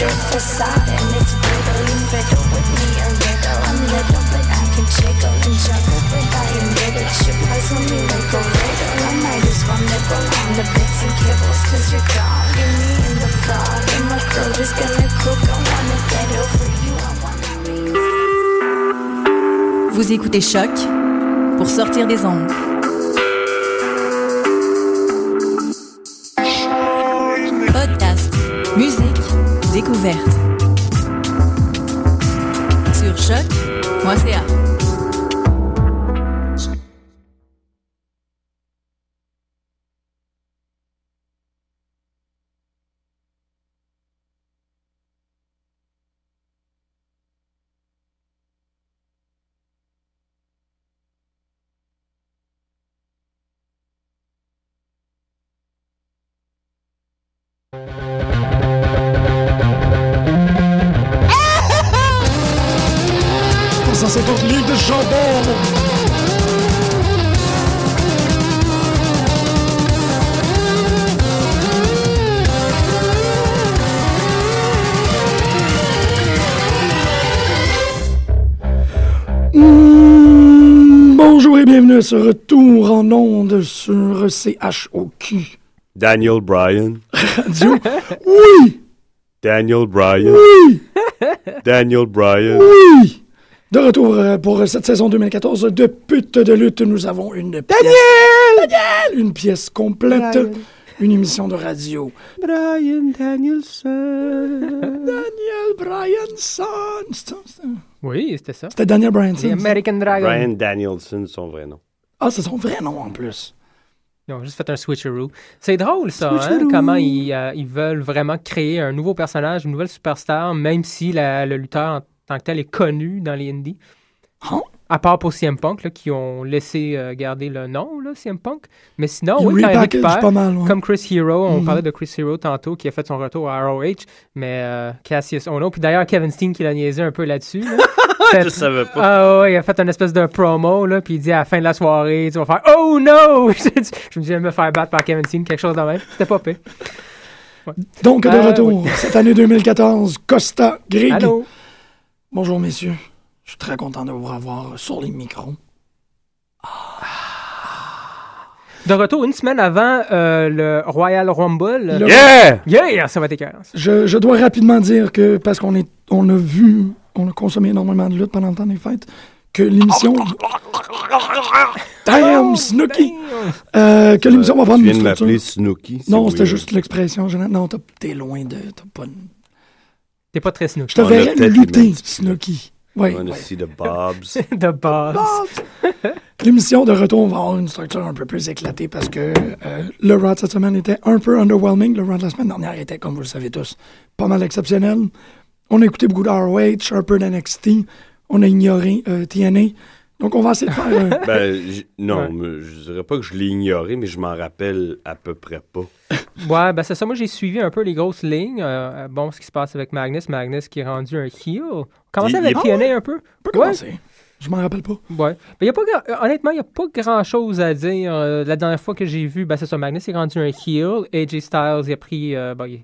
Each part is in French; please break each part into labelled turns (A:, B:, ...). A: your facade and it's brittle and riddle with me a little. I'm little, but I can jiggle and juggle when I admit it. You puzzle me like a riddle. I might as well nibble on the bits and kibbles, cause you're gone. You're me in the fog, and my throat is gonna cook. I wanna get over you, I wanna
B: Vous écoutez Choc pour sortir des ondes. Podcast, musique, découverte. Sur choc.ca.
C: Dans 150 minutes de chandelle Mm, Bonjour et bienvenue à ce retour en ondes sur CHOQ
D: Daniel Bryan.
C: Radio. Oui,
D: Daniel Bryan.
C: oui,
D: Daniel Bryan.
C: oui. De retour euh, pour cette saison 2014 de pute de lutte, nous avons une pièce. Daniel! Une pièce complète,
E: Daniel.
C: une émission de radio.
E: Brian Danielson.
C: Daniel Bryanson. C'est- c'est-
E: oui, c'était ça.
C: C'était Daniel Bryanson.
E: The American Dragon.
D: Bryan Danielson, son vrai nom.
C: Ah, c'est son vrai nom en plus.
E: Ils ont juste fait un switcheroo. C'est drôle, ça, hein,
C: Switcheroo.
E: comment ils, euh, ils veulent vraiment créer un nouveau personnage, une nouvelle superstar, même si la- le lutteur en tant que tel est connu dans les indies.
C: Hein?
E: À part pour CM Punk, là, qui ont laissé euh, garder le nom, là, CM Punk. Mais sinon,
C: Il
E: Ah oui, quand ils
C: repackage
E: récupèrent,
C: pas mal. ouais.
E: Comme Chris Hero, on
C: Mhm.
E: parlait de Chris Hero tantôt, qui a fait son retour à ROH, mais euh, Cassius Ono, puis d'ailleurs Kevin Steen qui l'a niaisé un peu là-dessus. là.
D: Je savais
C: Euh,
D: pas.
E: Ah ouais, il a fait une espèce de promo, là, puis il dit à la fin de la soirée, tu vas faire Oh no! je me disais me faire battre par Kevin Steen, quelque chose de même. C'était pas pire.
C: Donc, de
E: Euh,
C: retour, cette année 2014, Costa Greg.
E: Allô?
C: Bonjour, messieurs. Je suis très content de vous revoir sur les micros.
E: De retour une semaine avant euh, le Royal Rumble.
C: Le-
D: Yeah!
E: Yeah! Ça va être écœurant, ça.
C: Je, je dois rapidement dire que, parce qu'on est, on a vu, on a consommé énormément de lutte pendant le temps des fêtes, que l'émission.
E: Oh,
C: Damn, Snooki! Euh, que l'émission va
D: Tu
C: prendre
D: viens
C: une
D: de m'appeler
C: structure.
D: Snooki. c'est
C: Non, c'était
D: weird.
C: juste l'expression. Jonathan. Non, t'as- t'es loin de. T'as pas une-
E: T'es pas très snook.
C: Je te
D: On a
C: verrais
D: peut-être les
C: lutter,
D: mêmes-
C: Snooki. Oui.
D: Wanna see the Bobs.
E: de base.
C: L'émission de retour va avoir une structure un peu plus éclatée parce que euh, le Raw de cette semaine était un peu underwhelming. Le Raw de la semaine dernière était, comme vous le savez tous, pas mal exceptionnel. On a écouté beaucoup de ROH, un peu d'NXT. On a ignoré euh, TNA. Donc, on va essayer de faire... euh,
D: Ben, j- non,
E: Ouais.
D: mais je dirais pas que je l'ai ignoré, mais je m'en rappelle à peu près pas.
E: Ouais, ben c'est ça. Moi, j'ai suivi un peu les grosses lignes. Euh, bon, ce qui se passe avec Magnus. Magnus qui est rendu un heel. Commencez
D: Il-
E: avec
D: il-
E: TNA un peu.
C: on peut
E: Ouais.
C: commencer. Je m'en rappelle pas.
E: Ouais. Ben, y a pas grand- euh, Honnêtement, il n'y a pas grand-chose à dire. Euh, la dernière fois que j'ai vu, ben, c'est ça, Magnus est rendu un heel. AJ Styles, il a pris... euh, bon, il a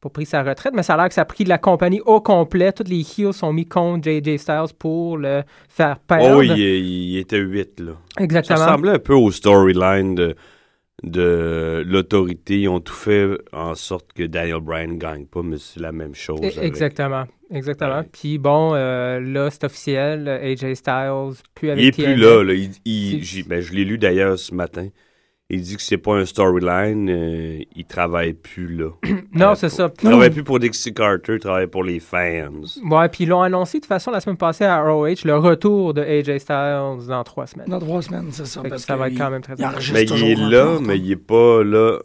E: pas pris sa retraite, mais ça a l'air que ça a pris la compagnie au complet. Tous les heels sont mis contre JJ Styles pour le faire perdre.
D: Oh, il, il était 8, là. Ça
E: Exactement.
D: ressemblait un peu au storyline de, de l'autorité. Ils ont tout fait en sorte que Daniel Bryan gagne pas, mais c'est la même chose.
E: E-
D: avec-
E: Exactement. Exactement.
D: Ouais.
E: Puis bon, euh, là, c'est officiel. AJ Styles, plus avec
D: Il est
E: TNA.
D: plus là. là. Il- il-
E: C'est-
D: j'ai- ben, je l'ai lu d'ailleurs ce matin. Il dit que c'est pas un storyline. euh, il travaille plus là.
E: Non,
D: Euh,
E: c'est
D: pour-
E: ça.
D: Il travaille plus pour Dixie Carter. Il travaille pour les fans.
E: Ouais, puis ils l'ont annoncé de toute façon la semaine passée à ROH, le retour de AJ Styles dans trois semaines.
C: Dans trois semaines, c'est ça.
E: Fait que
C: parce
E: ça va
C: que
E: être quand même très
C: il enregistre
D: Mais il
C: toujours
D: est
C: un peu en
D: là,
C: retard.
D: mais il est pas là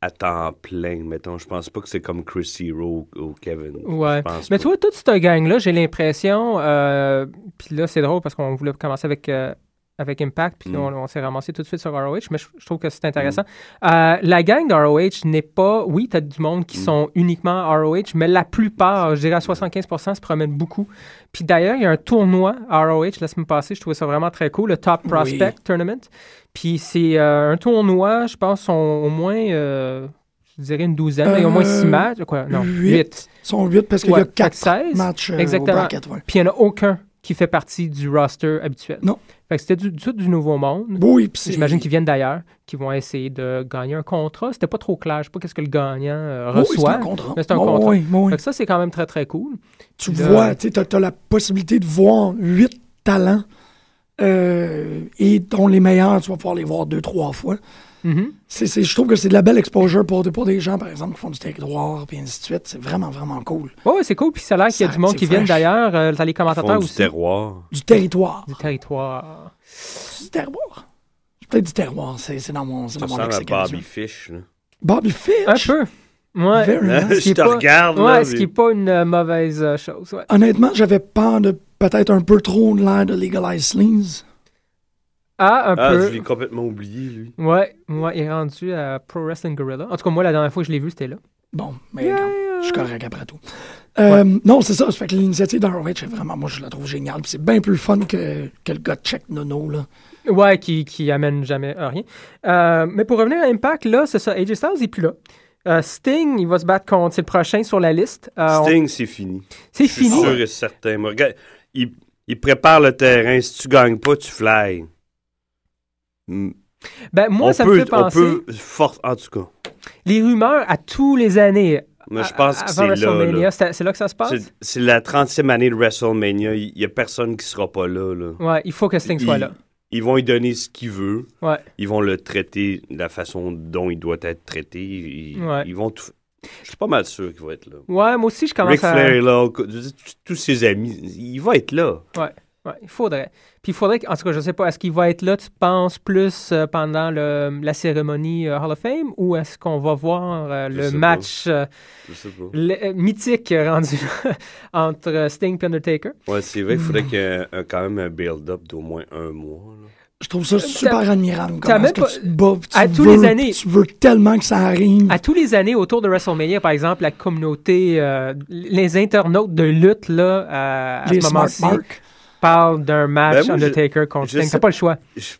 D: à temps plein. Mettons, je pense pas que c'est comme Chris Hero ou- ou Kevin.
E: Ouais.
D: Je pense
E: Mais
D: pas.
E: tu vois, toute cette gang-là, j'ai l'impression. euh, puis là, c'est drôle parce qu'on voulait commencer avec, euh, avec Impact, puis
D: Mm.
E: on, on s'est ramassé tout de suite sur ROH, mais je, je trouve que c'est intéressant. Euh, la gang de ROH n'est pas. Oui, tu as du monde qui
D: Mm.
E: sont uniquement ROH, mais la plupart, je dirais à 75 se promènent beaucoup. Puis d'ailleurs, il y a un tournoi à ROH la semaine passée, je trouvais ça vraiment très cool, le Top Prospect Tournament. Puis c'est euh, un tournoi, je pense, sont au moins. euh, je dirais une douzaine, mais il y a au moins
C: Euh,
E: six matchs. Quoi? Non,
C: huit.
E: huit.
C: Ils sont 8 parce qu'il y
E: Ouais,
C: a
E: fait que
C: 4
E: 16.
C: matchs euh, au
E: Exactement.
C: bracket. ouais.
E: Puis il n'y en a aucun qui fait partie du roster habituel.
C: Non.
E: Fait que c'était du, tout du nouveau monde.
C: Oui, puis c'est-
E: J'imagine qu'ils viennent d'ailleurs, qu'ils vont essayer de gagner un contrat. C'était pas trop clair. Je sais pas qu'est-ce que le gagnant euh,
C: Oui, c'est
E: reçoit.
C: un contrat.
E: mais c'est un
C: Oui,
E: contrat.
C: oui, oui.
E: Fait que ça, c'est quand même très, très cool.
C: Tu
E: Le-
C: vois, tu as, la possibilité de voir huit talents euh, et dont les meilleurs, tu vas pouvoir les voir deux, trois fois.
E: Mhm.
C: C'est- c'est- je trouve que c'est de la belle exposure pour, pour des gens, par exemple, qui font du territoire, puis ainsi de suite. C'est vraiment, vraiment cool.
E: Ouais, ouais, c'est cool. Puis ça a l'air qu'il y a
C: Ça-
E: du monde
C: c'est
E: qui vient
C: fresh.
E: d'ailleurs. Euh, t'as les
D: Ils font
E: commentateurs
D: du
E: aussi.
D: terroir.
C: Du territoire.
E: Du territoire.
C: Du terroir. C'est Peut-être du terroir, c'est c'est dans mon, c'est
D: Ça
C: dans mon
D: ressemble à
C: lexique
D: Bobby
C: habituel.
D: Fish. Là.
C: Bobby Fish.
E: Un peu. Ouais.
C: Very
D: Là,
C: nice.
E: Hein? qui
D: je
E: est
D: te
E: pas-
D: regarde. là,
E: Ouais, ce
D: puis-
E: qui n'est pas une euh, mauvaise euh, chose. Ouais.
C: Honnêtement, j'avais peur de peut-être un peu trop de l'air de Legalized Slings.
E: Ah, un
D: Ah, je
E: peu.
D: l'ai complètement oublié, lui.
E: Ouais, ouais, il est rendu à Pro Wrestling Gorilla. En tout cas, moi, la dernière fois que je l'ai vu, c'était là.
C: Bon, mais regarde, je suis correct après tout. Euh, Non, c'est ça. Ça fait que l'initiative d'Horowitz, c'est vraiment, moi, je la trouve géniale. Puis c'est bien plus fun que, que le gars de check nono, là.
E: Ouais, qui, qui amène jamais à rien. Euh, mais pour revenir à Impact, là, c'est ça. AJ Styles n'est plus là. Euh, Sting, il va se battre contre. C'est le prochain sur la liste. Euh, on-
D: Sting, c'est fini.
E: C'est
D: Je suis
E: fini.
D: sûr et certain. Moi, regarde, il, il prépare le terrain. Si tu gagnes pas, tu fly. Mm.
E: Ben, moi,
D: on
E: ça
D: peut,
E: me fait penser.
D: On peut for- en tout cas.
E: Les rumeurs à tous les années.
D: Moi, Ben, je
E: à-
D: pense
E: à-
D: que
E: avant
D: c'est là.
E: WrestleMania,
D: là.
E: c'est c'est là que ça se passe?
D: C'est- C'est la 30e année de WrestleMania. Il n'y a personne qui sera pas là. là.
E: Ouais, il faut que Sting soit
D: Ils-
E: là.
D: Ils vont lui donner ce qu'il veut.
E: Ouais.
D: Ils vont le traiter de la façon dont il doit être traité. Ils,
E: Ouais.
D: ils vont tout- Je suis pas mal sûr qu'il va être là.
E: Ouais, moi aussi, je commence
D: Ric
E: à.
D: Flair est là. co- je veux dire, tous- Tous ses amis, il va être là.
E: Ouais, il faudrait. Puis il faudrait, que- en tout cas, je sais pas, est-ce qu'il va être là, tu penses, plus euh, pendant le- la cérémonie euh, Hall of Fame ou est-ce qu'on va voir euh,
D: Je
E: le
D: sais pas.
E: match euh,
D: Je sais pas.
E: le- euh, mythique euh, rendu entre euh, Sting et Undertaker?
D: Ouais, c'est vrai, il faudrait qu'il y ait un- quand même un build-up d'au moins un mois. là.
C: Je trouve ça super admirable.
E: Euh, t'as
C: Comment est-ce
E: même
C: que tu te bats, puis tu
E: à tous
C: veux-
E: les années-
C: Tu veux tellement que ça arrive.
E: À tous les années, autour de WrestleMania, par exemple, la communauté, euh, les internautes de lutte, là, euh, à, à
C: les
E: ce
C: smart
E: moment-ci,
C: marks.
E: parlent d'un match
D: Ben, moi, je-
E: Undertaker contre
D: je
E: Sting.
D: sais-
E: T'as pas le choix.
D: Je-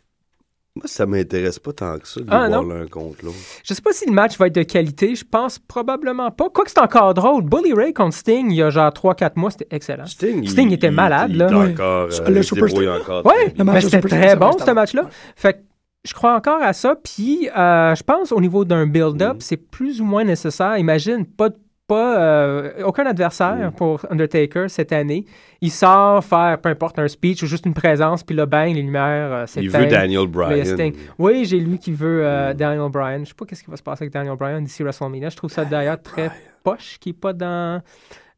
D: Moi, ça m'intéresse pas tant que ça de
E: Ah,
D: les voir
E: non?
D: l'un contre l'autre.
E: Je sais pas si le match va être de qualité. Je pense probablement pas. Quoique c'est encore drôle. Bully Ray contre Sting, il y a genre 3-4 mois, c'était excellent.
D: Sting,
E: Sting était malade,
D: il,
E: là.
D: Il est
C: Ouais.
D: encore,
C: Sur
D: euh,
C: le
D: il se débrouille
C: Superstar.
D: encore.
E: Ouais,
C: Le match
E: mais
C: de
E: c'était
C: Superstar,
E: très
C: ça va
E: bon,
C: être
E: ce match-là.
C: ouais.
E: Fait que je crois encore à ça. Puis, euh, je pense au niveau d'un build-up,
D: Mhm.
E: c'est plus ou moins nécessaire. Imagine, pas, de- pas euh, aucun
D: Mm.
E: adversaire pour Undertaker cette année. Il sort faire, peu importe, un speech ou juste une présence, puis là, bang, les lumières euh,
D: Il
E: s'éteignent.
D: veut Daniel
E: Là, il y a
D: Bryan.
E: Sting. Oui, j'ai lu qu'il veut euh,
D: Mm.
E: Daniel Bryan. Je sais pas qu'est-ce qui va se passer avec Daniel Bryan d'ici WrestleMania. Je trouve ça d'ailleurs très poche qu'il n'est pas dans,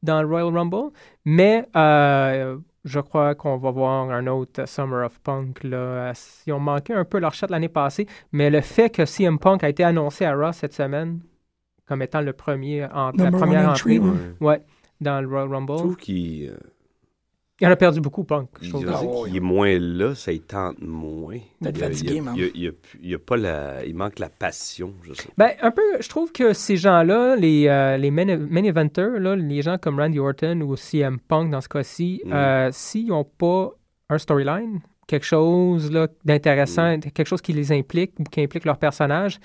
E: dans le Royal Rumble. Mais euh, je crois qu'on va voir un autre Summer of Punk. Là. Ils ont manqué un peu leur shot l'année passée. Mais le fait que CM Punk a été annoncé à Raw cette semaine comme étant le premier en, la
C: Number one
E: première
C: entry,
E: entrée
C: ouais.
D: Ouais.
E: dans le Royal
D: Je
E: Rumble,
D: trouve qu'il euh,
E: il en a perdu beaucoup, Punk. je
D: il-
E: trouve.
D: je veux dire
C: ouais.
D: qu'il est moins là, ça il tente moins.
C: Peut-être
D: Il y a-
C: fatigué,
D: il y a-
C: man.
D: il y a- Il y a plus- il y a pas la... Il manque la passion, je sais.
E: Ben, un peu, je trouve que ces gens-là, les, euh, les main, main eventers, là, les gens comme Randy Orton ou CM Punk dans ce cas-ci,
D: Mm.
E: euh, s'ils n'ont pas un storyline, quelque chose là, d'intéressant, quelque chose qui les implique ou qui implique leur personnage,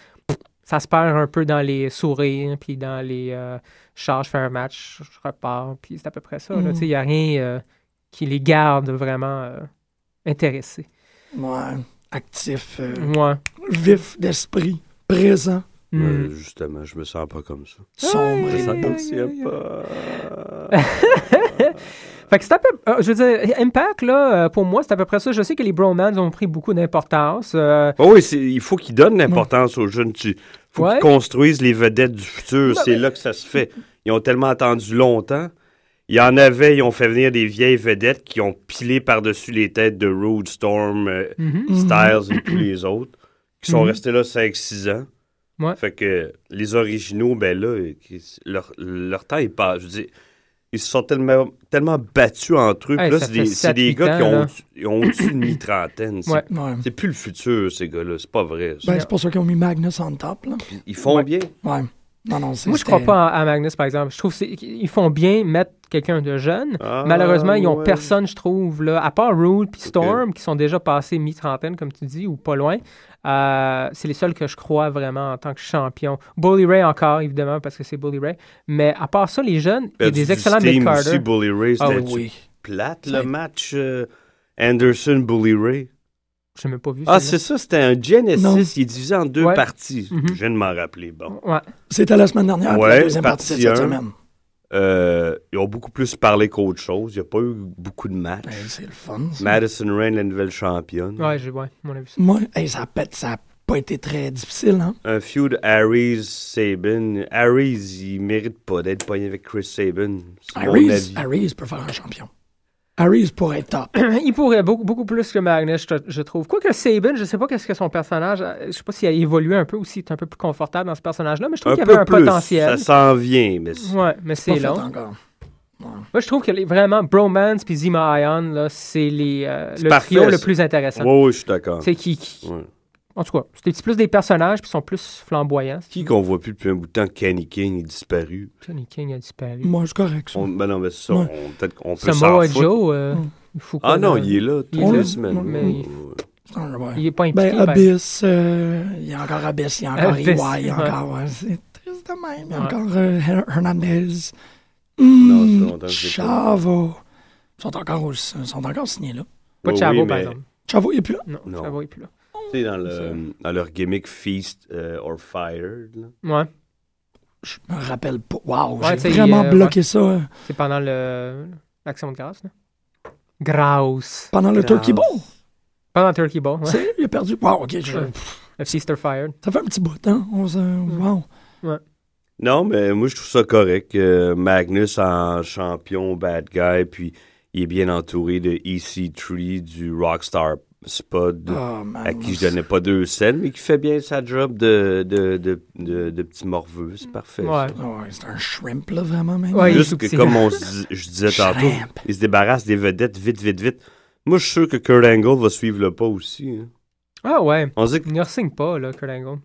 E: ça se perd un peu dans les sourires, puis dans les euh, charges, je fais un match, je repars, puis c'est à peu près ça. là.
C: Mm.
E: Tu sais, Il n'y a rien euh, qui les garde vraiment euh, intéressés.
C: Ouais. Actif, euh,
E: Ouais.
C: vif d'esprit, présent,
E: Mm.
D: Euh, justement, je me sens pas comme ça.
C: sombre
E: Ouais.
C: et
D: Ça
E: aïe,
C: beau.
D: me tient
E: aïe, aïe.
D: pas.
E: Fait que c'est à peu. euh, je veux dire, Impact, là, euh, pour moi, c'est à peu près ça. Je sais que les Bromans ont pris beaucoup d'importance. euh,
D: Ah oui, c'est- il faut qu'ils donnent l'importance aux jeunes. Il faut
E: Ouais. Bah
D: qu'ils construisent les vedettes du futur. c'est là que ça se fait. Ils ont tellement attendu longtemps. Il y en avait, ils ont fait venir des vieilles vedettes qui ont pilé par-dessus les têtes de Road Storm, euh,
E: mhm.
D: Styles et tous les autres, qui sont
E: Mhm.
D: restés là 5-6 ans.
E: Ouais.
D: Fait que les originaux, ben là, euh, qui- leur, leur temps, il passe. Je veux dire, ils se sont tellement, tellement battus entre eux.
E: Hey,
D: Puis là,
E: ça
D: c'est
E: fait
D: des, c'est
E: sept,
D: des
E: huit
D: gars qui
E: ans,
D: ont
E: là.
D: au-dessus- ils ont au-dessus de mi-trentaine. C'est
E: Ouais.
C: Ouais.
D: c'est plus le futur, ces gars-là. C'est pas vrai. ça.
C: Ben, c'est pour ça qu'ils ont mis Magnus en top, là.
D: Ils font
E: Ben, Ouais.
D: bien.
C: Ouais. Non, non, c'est
E: Moi, je crois pas à, à Magnus, par exemple. Je trouve que c'est- qu'ils font bien mettre quelqu'un de jeune.
D: Ah,
E: Malheureusement, ils n'ont
D: ouais.
E: personne, je trouve, là, à part Rude puis Storm, qui sont déjà passés mi-trentaine, comme tu dis, ou pas loin. Euh, c'est les seuls que je crois vraiment en tant que champion. Bully Ray encore, évidemment, parce que c'est Bully Ray. Mais à part ça, les jeunes, il y a
D: Perdu
E: des
D: du
E: excellents Nick
D: steam
E: Carter.
D: aussi, Bully Ray,
E: Ah
D: c'était
C: Oui.
D: plate,
C: Ça a
D: le
C: été-
D: match euh, Anderson-Bully Ray.
E: Je même pas vu.
D: Ah,
E: celui-là.
D: c'est ça, c'était un Genesis.
C: Non.
D: Il est divisé en deux
E: Ouais.
D: parties.
E: Mhm.
D: Je viens de m'en rappeler. Bon.
E: Ouais.
C: C'était la semaine dernière, puis la
D: Ouais,
C: deuxième partie de
D: partie
C: cette
D: un.
C: semaine.
D: Euh, ils ont beaucoup plus parlé qu'autre chose. Il n'y a pas eu beaucoup de matchs.
C: Ben, c'est le fun. ça.
D: Madison Rain, la nouvelle championne.
E: Ouais, j'ai ouais, on a vu ça.
C: Moi, hey, ça n'a pas été très difficile. Hein?
D: Un feud Aries-Sabin. Aries, il mérite pas d'être pogné avec Chris Sabin. C'est mon
C: Aries,
D: avis.
C: Aries peut faire un champion. Aries pourrait être top.
E: Il pourrait beaucoup, beaucoup plus que Magnus, je, je trouve. Quoique Sabin, je sais pas qu'est-ce que son personnage, euh, je sais pas s'il a évolué un peu ou s'il est un peu plus confortable dans ce personnage-là, mais je trouve
D: Un
E: qu'il y avait
D: peu
E: un
D: plus. Ça
E: potentiel.
D: s'en vient, mais c'est- hein.
E: Ouais, mais c'est
C: Pas fait
E: long.
C: encore.
E: Moi, je trouve que les- vraiment Bromance puis Zima Ion, là, c'est les, euh,
D: C'est
E: le
D: parfait,
E: trio le
D: ça.
E: plus intéressant.
D: Ouais, ouais, je suis d'accord.
E: C'est qui, qui-
D: Ouais.
E: En tout cas, c'est plus des personnages qui sont plus flamboyants.
D: Qui qu'on voit plus depuis un bout de temps? Kenny King est disparu.
E: Johnny King a disparu.
C: Moi, c'est correct. ça.
D: On, ben non, mais ça,
C: Ouais.
D: on, peut-être qu'on peut s'en
E: Samoa
D: foutre.
E: Joe, euh, il faut
D: Ah
E: qu'on-
D: non, il est là toutes
E: Il est
D: les
E: là,
D: semaines.
E: mais-
D: Ouais, ouais.
C: C'est un- ouais.
E: il est pas impliqué.
C: Ben,
E: par-
C: Abyss, euh, il y a encore Abyss, il y a encore
E: Abyss,
C: EY, il y a
E: ouais.
C: encore. ouais, c'est triste de même. Il y a
E: Ouais.
C: encore euh, Her- Hernandez.
D: Non, ça fait longtemps
C: Mmh,
D: que j'ai pas-
C: Chavo. Ils sont encore, au- ils sont encore signés là.
D: Oh
E: Pas de
D: Oui,
E: Chavo, par
D: mais-
E: exemple.
C: Chavo, il est plus là.
E: Non,
D: Non.
E: Chavo est plus là.
D: Tu sais, dans, le,
E: C'est-
D: dans leur gimmick Feast euh, or Fired. là.
E: Ouais,
C: Je me rappelle pas. Waouh,
E: Ouais,
C: j'ai
E: t'sais,
C: vraiment
E: il, euh,
C: bloqué ça euh,
E: c'est pendant le l'action de grâce. là. Grâce.
C: pendant le
D: Grâce.
C: Turkey Bowl.
E: Pendant Turkey Ball,
C: Tu
E: ouais.
C: sais, Il a perdu. Waouh, ok. je-
E: Ouais. Le Sister Fired.
C: Ça fait un petit bout, hein? On se-
E: Mm.
C: Wow.
D: Non, mais moi, je trouve ça correct. Euh, Magnus en champion, bad guy, puis il est bien entouré de EC3, du Rockstar Spud,
C: Ah, man.
D: à qui je donnais pas deux scènes, mais qui fait bien sa job de, de, de, de, de petit morveux. C'est parfait.
E: Ouais.
D: ça.
C: Ah ouais, c'est un shrimp, là, vraiment, même.
E: Ouais, il est
D: Juste
E: tout
D: que,
E: petit.
D: comme on se dis- je disais tantôt,
C: Shrimp.
D: ils se débarrassent des vedettes vite, vite, vite. Moi, je suis sûr que Kurt Angle va suivre le pas aussi. hein.
E: Ah ouais.
D: On dit que
E: Il ne signe pas, là, Kurt Angle.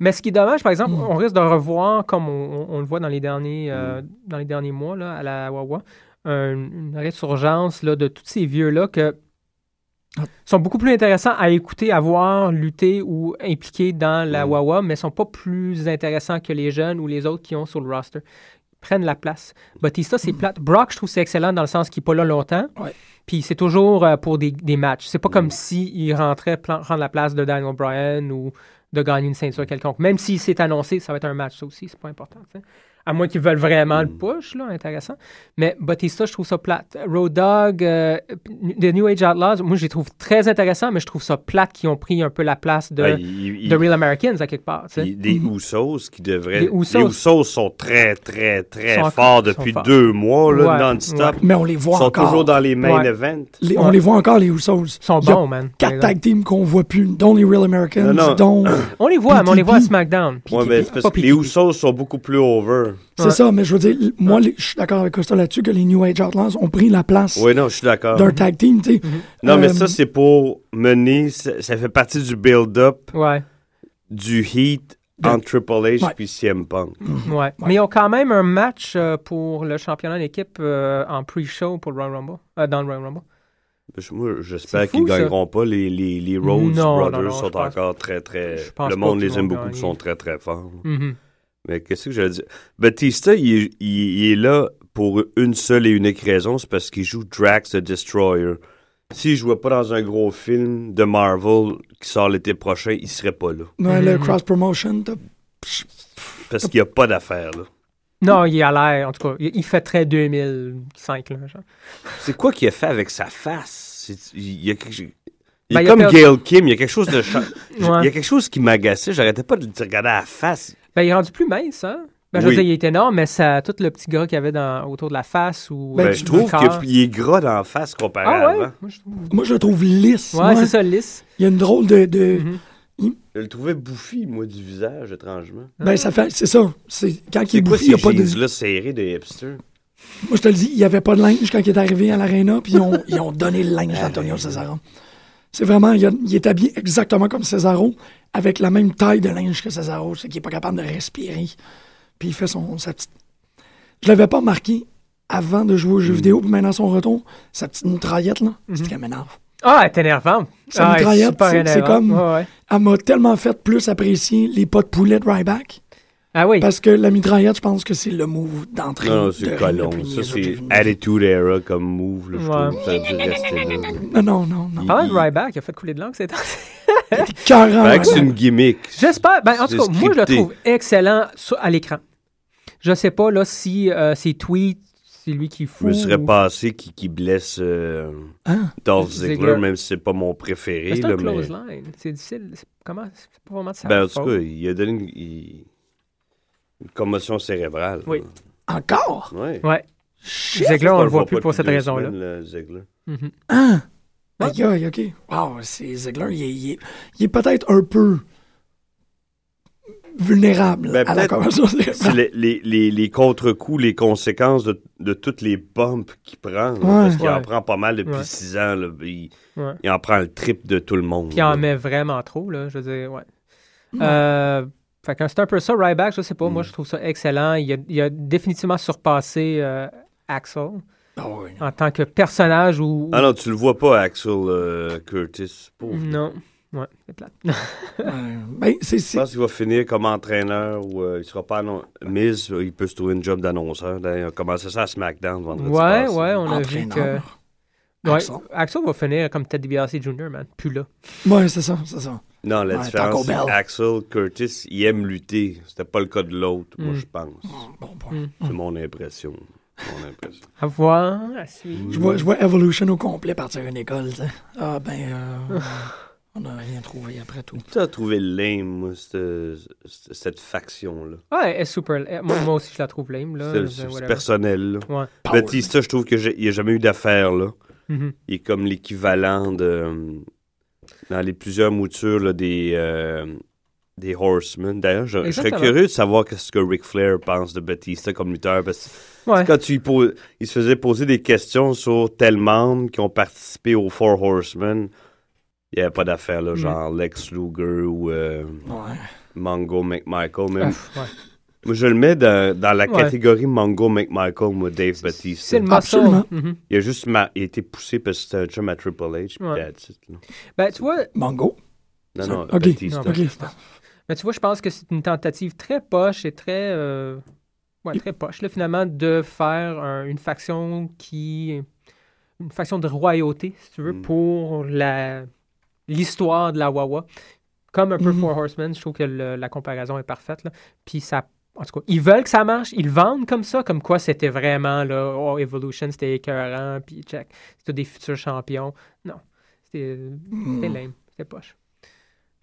E: Mais ce qui est dommage, par exemple,
C: Mm.
E: on risque de revoir, comme on, on- on le voit dans les derniers, euh, dans les derniers mois là, à la Wawa, un- une résurgence là, de tous ces vieux-là que sont beaucoup plus intéressants à écouter, à voir, lutter ou impliquer dans la
D: Mm.
E: Wawa, mais sont pas plus intéressants que les jeunes ou les autres qui ont sur le roster. Ils prennent la place. Batista, c'est plate. Brock, je trouve c'est excellent dans le sens qu'il n'est pas là longtemps.
C: Ouais.
E: Puis c'est toujours euh, pour des, des matchs. C'est pas comme s'il rentrait plan- prendre la place de Daniel Bryan ou de gagner une ceinture quelconque. Même s'il s'est annoncé, ça va être un match, ça aussi, c'est pas important. tu sais. À moins qu'ils veulent vraiment le push, là, intéressant. Mais Batista, je trouve ça plate. Road Dog, The New Age Outlaws, moi, je les trouve très intéressants, mais je trouve ça plate qu'ils ont pris un peu la place de,
D: Ah, il- il-
E: de Real Americans à quelque part. tu sais.
D: il- des Usos qui devraient.
E: Les
D: Les
E: Usos.
D: Usos, sont très, très, très
E: Sont-
D: forts
E: sont
D: depuis
E: forts.
D: deux mois, là,
E: Ouais,
D: non-stop.
C: Mais on les voit
D: Ils sont
C: encore.
D: toujours dans les main
E: Ouais.
D: events.
C: Les- On les voit encore, les Usos.
E: Ils sont
C: Il y a
E: bons, man. par
C: Quatre
E: exemple.
C: tag teams qu'on voit plus, dont les Real Americans,
D: Non, non.
C: dont.
E: On les voit, mais on les voit à
C: PTP.
E: SmackDown.
D: Ouais, mais c'est parce
E: Pas
D: que les
E: PTP.
D: Usos sont beaucoup plus over.
C: C'est
E: Ouais.
C: ça, mais je veux dire, moi, les- je suis d'accord avec Costa là-dessus que les New Age Outlaws ont pris la place
D: Oui, non, je suis d'accord.
C: d'un tag team, tu sais.
E: Mm-hmm.
D: Non, mais
C: Euh,
D: ça, c'est pour mener. Ça, ça fait partie du build-up,
E: Ouais,
D: du heat entre Triple H
C: Ouais.
D: puis CM Punk.
E: ouais. Mais ils ont quand même un match euh, pour le championnat d'équipe euh, en pre-show pour le Royal Rumble, euh, dans le Royal Rumble.
D: Je- Moi,
E: C'est
D: j'espère
E: fou,
D: qu'ils
E: ça.
D: gagneront pas. Les, les, les Rhodes
E: Non,
D: Brothers
E: non, non, je
D: sont
E: pense-
D: encore très, très.
E: je pense
D: Le
E: pas
D: monde les
E: qu'ils vont
D: aime beaucoup,
E: gagner.
D: ils sont très, très forts.
E: Mhm.
D: Mais qu'est-ce que j'allais dire? Batista, il, est- il- il est là pour une seule et unique raison, c'est parce qu'il joue Drax the Destroyer. S'il jouait pas dans un gros film de Marvel qui sort l'été prochain, il serait pas là.
C: ouais, le
E: Mhm.
C: cross-promotion, t'as-
D: Parce qu'il n'y a pas d'affaire, là.
E: Non, il a l'air, en tout cas, il il fait très 2005, là, genre.
D: C'est quoi qu'il a fait avec sa face? C'est- Il y a quelque chose- il
E: Ben,
D: est
E: il a
D: comme
E: perdu-
D: Gail Kim, il y a quelque chose de cha- il y
E: Ouais.
D: a quelque chose qui m'agaçait, j'arrêtais pas de le regarder à la face.
E: Ben, il est rendu plus mince, hein? Ben, je veux
D: Oui.
E: dire, il est énorme, mais ça, tout le petit gras qu'il y avait dans, autour de la face ou.
D: Ben,
E: euh,
D: je
E: du
D: trouve
E: corps.
D: qu'il est gras dans la face comparé
E: Ah
D: à
E: ouais?
D: avant.
E: Moi, je trouve-
C: moi, je le trouve lisse.
E: Ouais,
C: moi.
E: c'est ça, lisse.
C: Il y a une drôle de. de-
E: Mhm.
D: Je le trouvais bouffi, moi, du visage, étrangement.
C: Ben, ça fait. C'est ça. C'est- Quand il
D: C'est quoi
C: bouffit, il n'y
D: ces
C: a pas de.
D: jeans-là serrés de hipsters?
C: Moi, je te le dis, il n'y avait pas de linge quand il est arrivé à l'aréna, puis ils ont, ils ont donné le linge d'Antonio Cesaro. C'est vraiment, il, a- il est habillé exactement comme Cesaro, avec la même taille de linge que Cesaro, c'est qu'il est pas capable de respirer. Puis il fait son, sa petite... Je l'avais pas marqué avant de jouer aux jeux vidéo, puis maintenant son retour, sa petite mitraillette, là, c'est qu'elle m'énerve.
E: Ah, elle est énervante.
C: Ça
E: ah,
C: me
E: elle est
C: traillait,
E: super
C: c'est- c'est
E: énervante.
C: comme-
E: Ouais, ouais.
C: Elle m'a tellement fait plus apprécier les pas de poulet de Ryback,
E: Ah oui.
C: parce que la mitraillette, je pense que c'est le move d'entrée.
D: Non, non,
C: de
D: c'est
C: ring
D: pas
C: le
D: long.
C: plus
D: Ça,
C: niaiseux que j'ai
D: c'est
C: vu.
D: Attitude Era comme move, là, je
E: Ouais.
D: trouve. Ça a dû rester là.
C: Non, non, non, non.
E: Parlant
D: Il-
E: de Ryback, il a fait couler de langue ces temps
C: Carrément.
D: Fait que c'est une gimmick.
E: Ah J'espère. Ben, en
D: C'est
E: tout cas, moi, je le
D: scripté.
E: trouve excellent sur- à l'écran. Je sais pas, là, si euh, ses tweets, c'est lui qui
D: Je
E: fout.
D: me serais
E: ou-
D: passé qui, qui blesse euh,
C: Hein?
D: Dolph
E: Ziggler.
D: Ziggler, même si c'est pas mon
E: Ah. Mais
D: préféré.
E: C'est un
D: là,
E: close
D: mais-
E: line. C'est difficile. C'est- Comment? C'est pas vraiment de sa
D: Ben, en tout
E: faute.
D: cas, il a donné une, il- une commotion cérébrale.
E: Oui.
C: Encore?
D: Ouais.
E: Ouais.
C: Shit!
E: Ziegler, on
D: On
E: le voit plus
D: pas
E: pour cette
D: depuis deux
E: raison-là.
D: semaines, le Ziggler.
E: Mhm.
C: Hein? Aïe, aïe, ok. Wow, c'est Ziegler, il est, il est- il est peut-être un peu vulnérable
D: Ben,
C: à la
D: peut-être-
C: convention
D: C'est les, les, les, les contre-coups, les conséquences de, de toutes les pompes qu'il prend. là, parce qu'il
E: Ouais.
D: en prend pas mal depuis
E: Ouais.
D: six ans. là, il,
E: Ouais.
D: il en prend le trip de tout le monde.
E: Puis il
D: là.
E: en met vraiment trop, là. Je veux dire, ouais. Euh, fait que c'est un peu ça, Ryback, je sais pas. Moi,
D: Mm.
E: je trouve ça excellent. Il a, il a définitivement surpassé euh, Axel
C: Ah oui.
E: en tant que personnage ou.
D: Ah non, tu le vois pas, Axel euh, Curtis. Pauvre.
E: non. Ouais, c'est plate.
C: Euh, ben, c'est-
D: Je
C: c'est-
D: pense qu'il va finir comme entraîneur ou euh, il sera pas annon- Miz, il peut se trouver une job d'annonceur. D'ailleurs, Il a commencé ça à SmackDown vendredi
E: ouais,
D: passé.
E: ouais, on a vu que.
C: entraîneur.
E: Ouais,
C: Axel.
E: Axel. va finir comme Ted DiBiase Jr., man. Plus là.
C: Ouais, c'est ça, c'est ça.
D: Non, la
C: Ouais, Taco
D: différence, c'est
C: Bell.
D: Axel Curtis, il aime lutter. C'était pas le cas de l'autre, moi,
E: Mm.
D: je pense.
C: Bon, bon.
D: C'est mon impression. Mon impression.
E: À voir, à suivre.
C: Je, vois, je vois Evolution au complet partir une école, tu sais. Ah, ben, euh, on n'a rien trouvé après tout.
D: Tu as trouvé lame, moi, cette, cette- cette faction-là.
E: Ouais, elle est super. elle- Moi, moi aussi, je la trouve lame, là. ben,
D: C'est-
E: Je-
D: C'est c'est
E: whatever.
D: personnel. là.
E: Ouais.
C: Power.
D: Batista, je trouve qu'il n'y a jamais eu d'affaire, là.
E: Mhm.
D: Il est comme l'équivalent de. euh, Dans les plusieurs moutures là, des. euh, des Horsemen. D'ailleurs, je, je serais
E: Exactement.
D: curieux de savoir qu'est-ce que Ric Flair pense de Batista comme lutteur. Parce que
E: Ouais.
D: quand tu lui poses- il se faisait poser des questions sur tel membre qui ont participé aux Four Horsemen, il n'y avait pas d'affaire, là,
E: Mm.
D: genre Lex Luger ou euh,
C: Ouais.
D: Mongo McMichael. Même.
E: Ouf, ouais.
D: Moi, je le mets dans, dans la
E: Ah. Ouais.
D: catégorie Mongo McMichael, moi, Dave Batista.
E: C'est le morceau.
C: Absolument.
E: Mhm.
D: Il a juste ma- il a été poussé parce que c'était un chum à Triple H. puis
E: Ouais.
D: that's it, là.
E: Ben, tu vois,
C: Mongo.
D: Non,
C: Ça-
D: non,
C: ok.
D: Batista.
E: Non,
C: Ok.
E: Mais tu vois, je pense que c'est une tentative très poche et très. euh, ouais, très poche, là, finalement, de faire un- une faction qui. Une faction de royauté, si tu veux,
D: Mm.
E: pour la l'histoire de la Wawa. Comme un peu
C: Mhm.
E: Four Horsemen, je trouve que le- la comparaison est parfaite. là. Puis ça. En tout cas, ils veulent que ça marche, ils vendent comme ça, comme quoi c'était vraiment, là, oh, Evolution, c'était écœurant, puis check, c'était des futurs champions. Non, c'était c'était
C: Mm.
E: lame, c'était poche.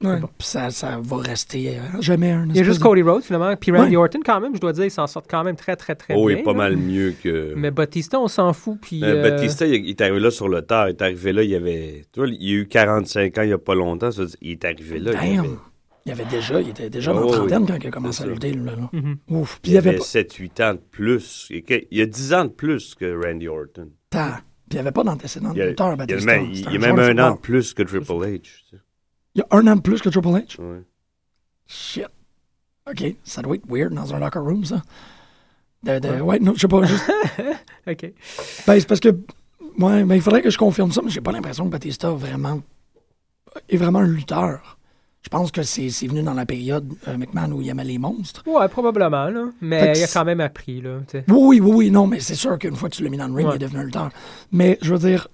C: Ouais. Puis Hmm. ça, ça va rester euh, jamais un
E: Il y a
C: espèce
E: juste
C: de-
E: Cody Rhodes, finalement. Puis Randy
C: Ouais.
E: Orton, quand même, je dois dire, ils s'en sortent quand même très, très, très
D: Oh,
E: bien.
D: il est pas
E: là.
D: mal mieux que.
E: Mais Batista, on s'en fout. Puis,
D: Euh,
E: euh,
D: Batista, il il est arrivé là sur le tard. Il est arrivé là, il y avait. Tu vois, il a eu 45 ans il y a pas longtemps. ça veut dire- il est arrivé là. Il y
C: Damn.
D: avait,
C: Il y avait déjà, il était déjà dans
D: Oh,
C: la
D: oui.
C: trentaine quand il a commencé à
D: C'est ça.
C: lutter, là. là.
E: Mhm.
C: Ouf. Puis
D: il y avait
C: pas...
D: 7-8 ans de plus. Il y a- il y a 10 ans de plus que Randy Orton.
C: Tant. Puis il n'y avait pas d'antécédent
D: Il y
C: de
D: a,
C: lutteur à
D: il y a
C: Batista.
D: même, il
C: C'était
D: y a
C: joueur
D: même
C: de
D: un an de
C: football.
D: plus que Triple H. tu
C: Il y a un an de plus que Triple H.
D: sais. Ouais.
C: Shit. OK. Ça doit être weird dans un locker room, ça. De- de- ouais, non, je sais pas. juste-
E: OK.
C: ben, c'est parce que. Ouais, mais il faudrait que je confirme ça, mais j'ai pas l'impression que Batista a vraiment, est vraiment un lutteur. Je pense que c'est c'est venu dans la période euh, McMahon où il aimait les monstres.
E: Ouais, probablement, là.
C: Fait
E: Mais
C: que
E: il a
C: c'est-
E: quand même appris, là. tu sais.
C: Oui, oui, oui, oui, non, mais c'est sûr qu'une fois que tu l'as mis dans le ring,
E: Ouais.
C: il est devenu un lutteur. Mais je veux dire,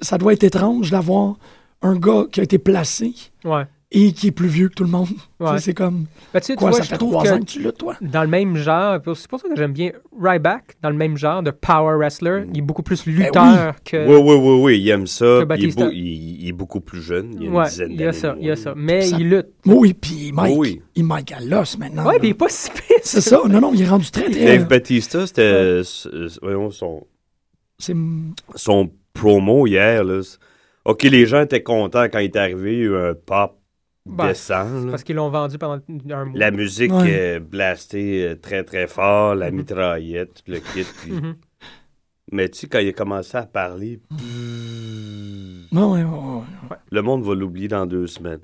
C: ça doit être étrange d'avoir un gars qui a été placé
E: Ouais.
C: et qui est plus vieux que tout le monde.
E: Ouais.
C: Tu sais, C'est comme.
E: Ben, tu sais, tu
C: Quoi,
E: vois,
C: ça
E: je
C: fait
E: trouve
C: trois
E: que
C: ans que tu luttes, toi?
E: dans le même genre, puis c'est pour ça que j'aime bien Ryback, dans le même genre de power
D: Mm.
E: wrestler. Il est beaucoup plus
C: Ben
E: lutteur que.
D: Oui, oui, oui, oui, il aime ça. puis Il
E: que
D: est,
E: Batista.
D: beau- il- il est beaucoup plus jeune. Il y a une
E: Ouais,
D: dizaine
E: il
D: d'années.
E: y a ça,
D: de
E: il y a
D: moins.
E: ça. Mais
C: Ça-
E: il lutte.
C: Oui, puis Mike.
D: Oui.
C: Il Mike à l'os maintenant.
E: Ouais,
C: là.
E: puis il est pas si pire.
C: C'est ça, non, non, il est rendu très, très. euh,
D: Dave Batista, c'était. euh, s- euh, voyons, son,
C: C'est.
D: son promo hier. Là. c- OK, les gens étaient contents quand il est arrivé. Il y a eu un pop
E: Ben,
D: décent. là.
E: Parce qu'ils l'ont vendu pendant un mois.
D: La musique
C: Ouais.
D: euh, blastée euh, très, très fort, la
E: Mhm.
D: mitraillette, tout le kit. puis-
E: Mhm.
D: Mais tu sais, quand il a commencé à parler,
C: Non, ouais, ouais, ouais.
D: Le monde va l'oublier dans deux semaines.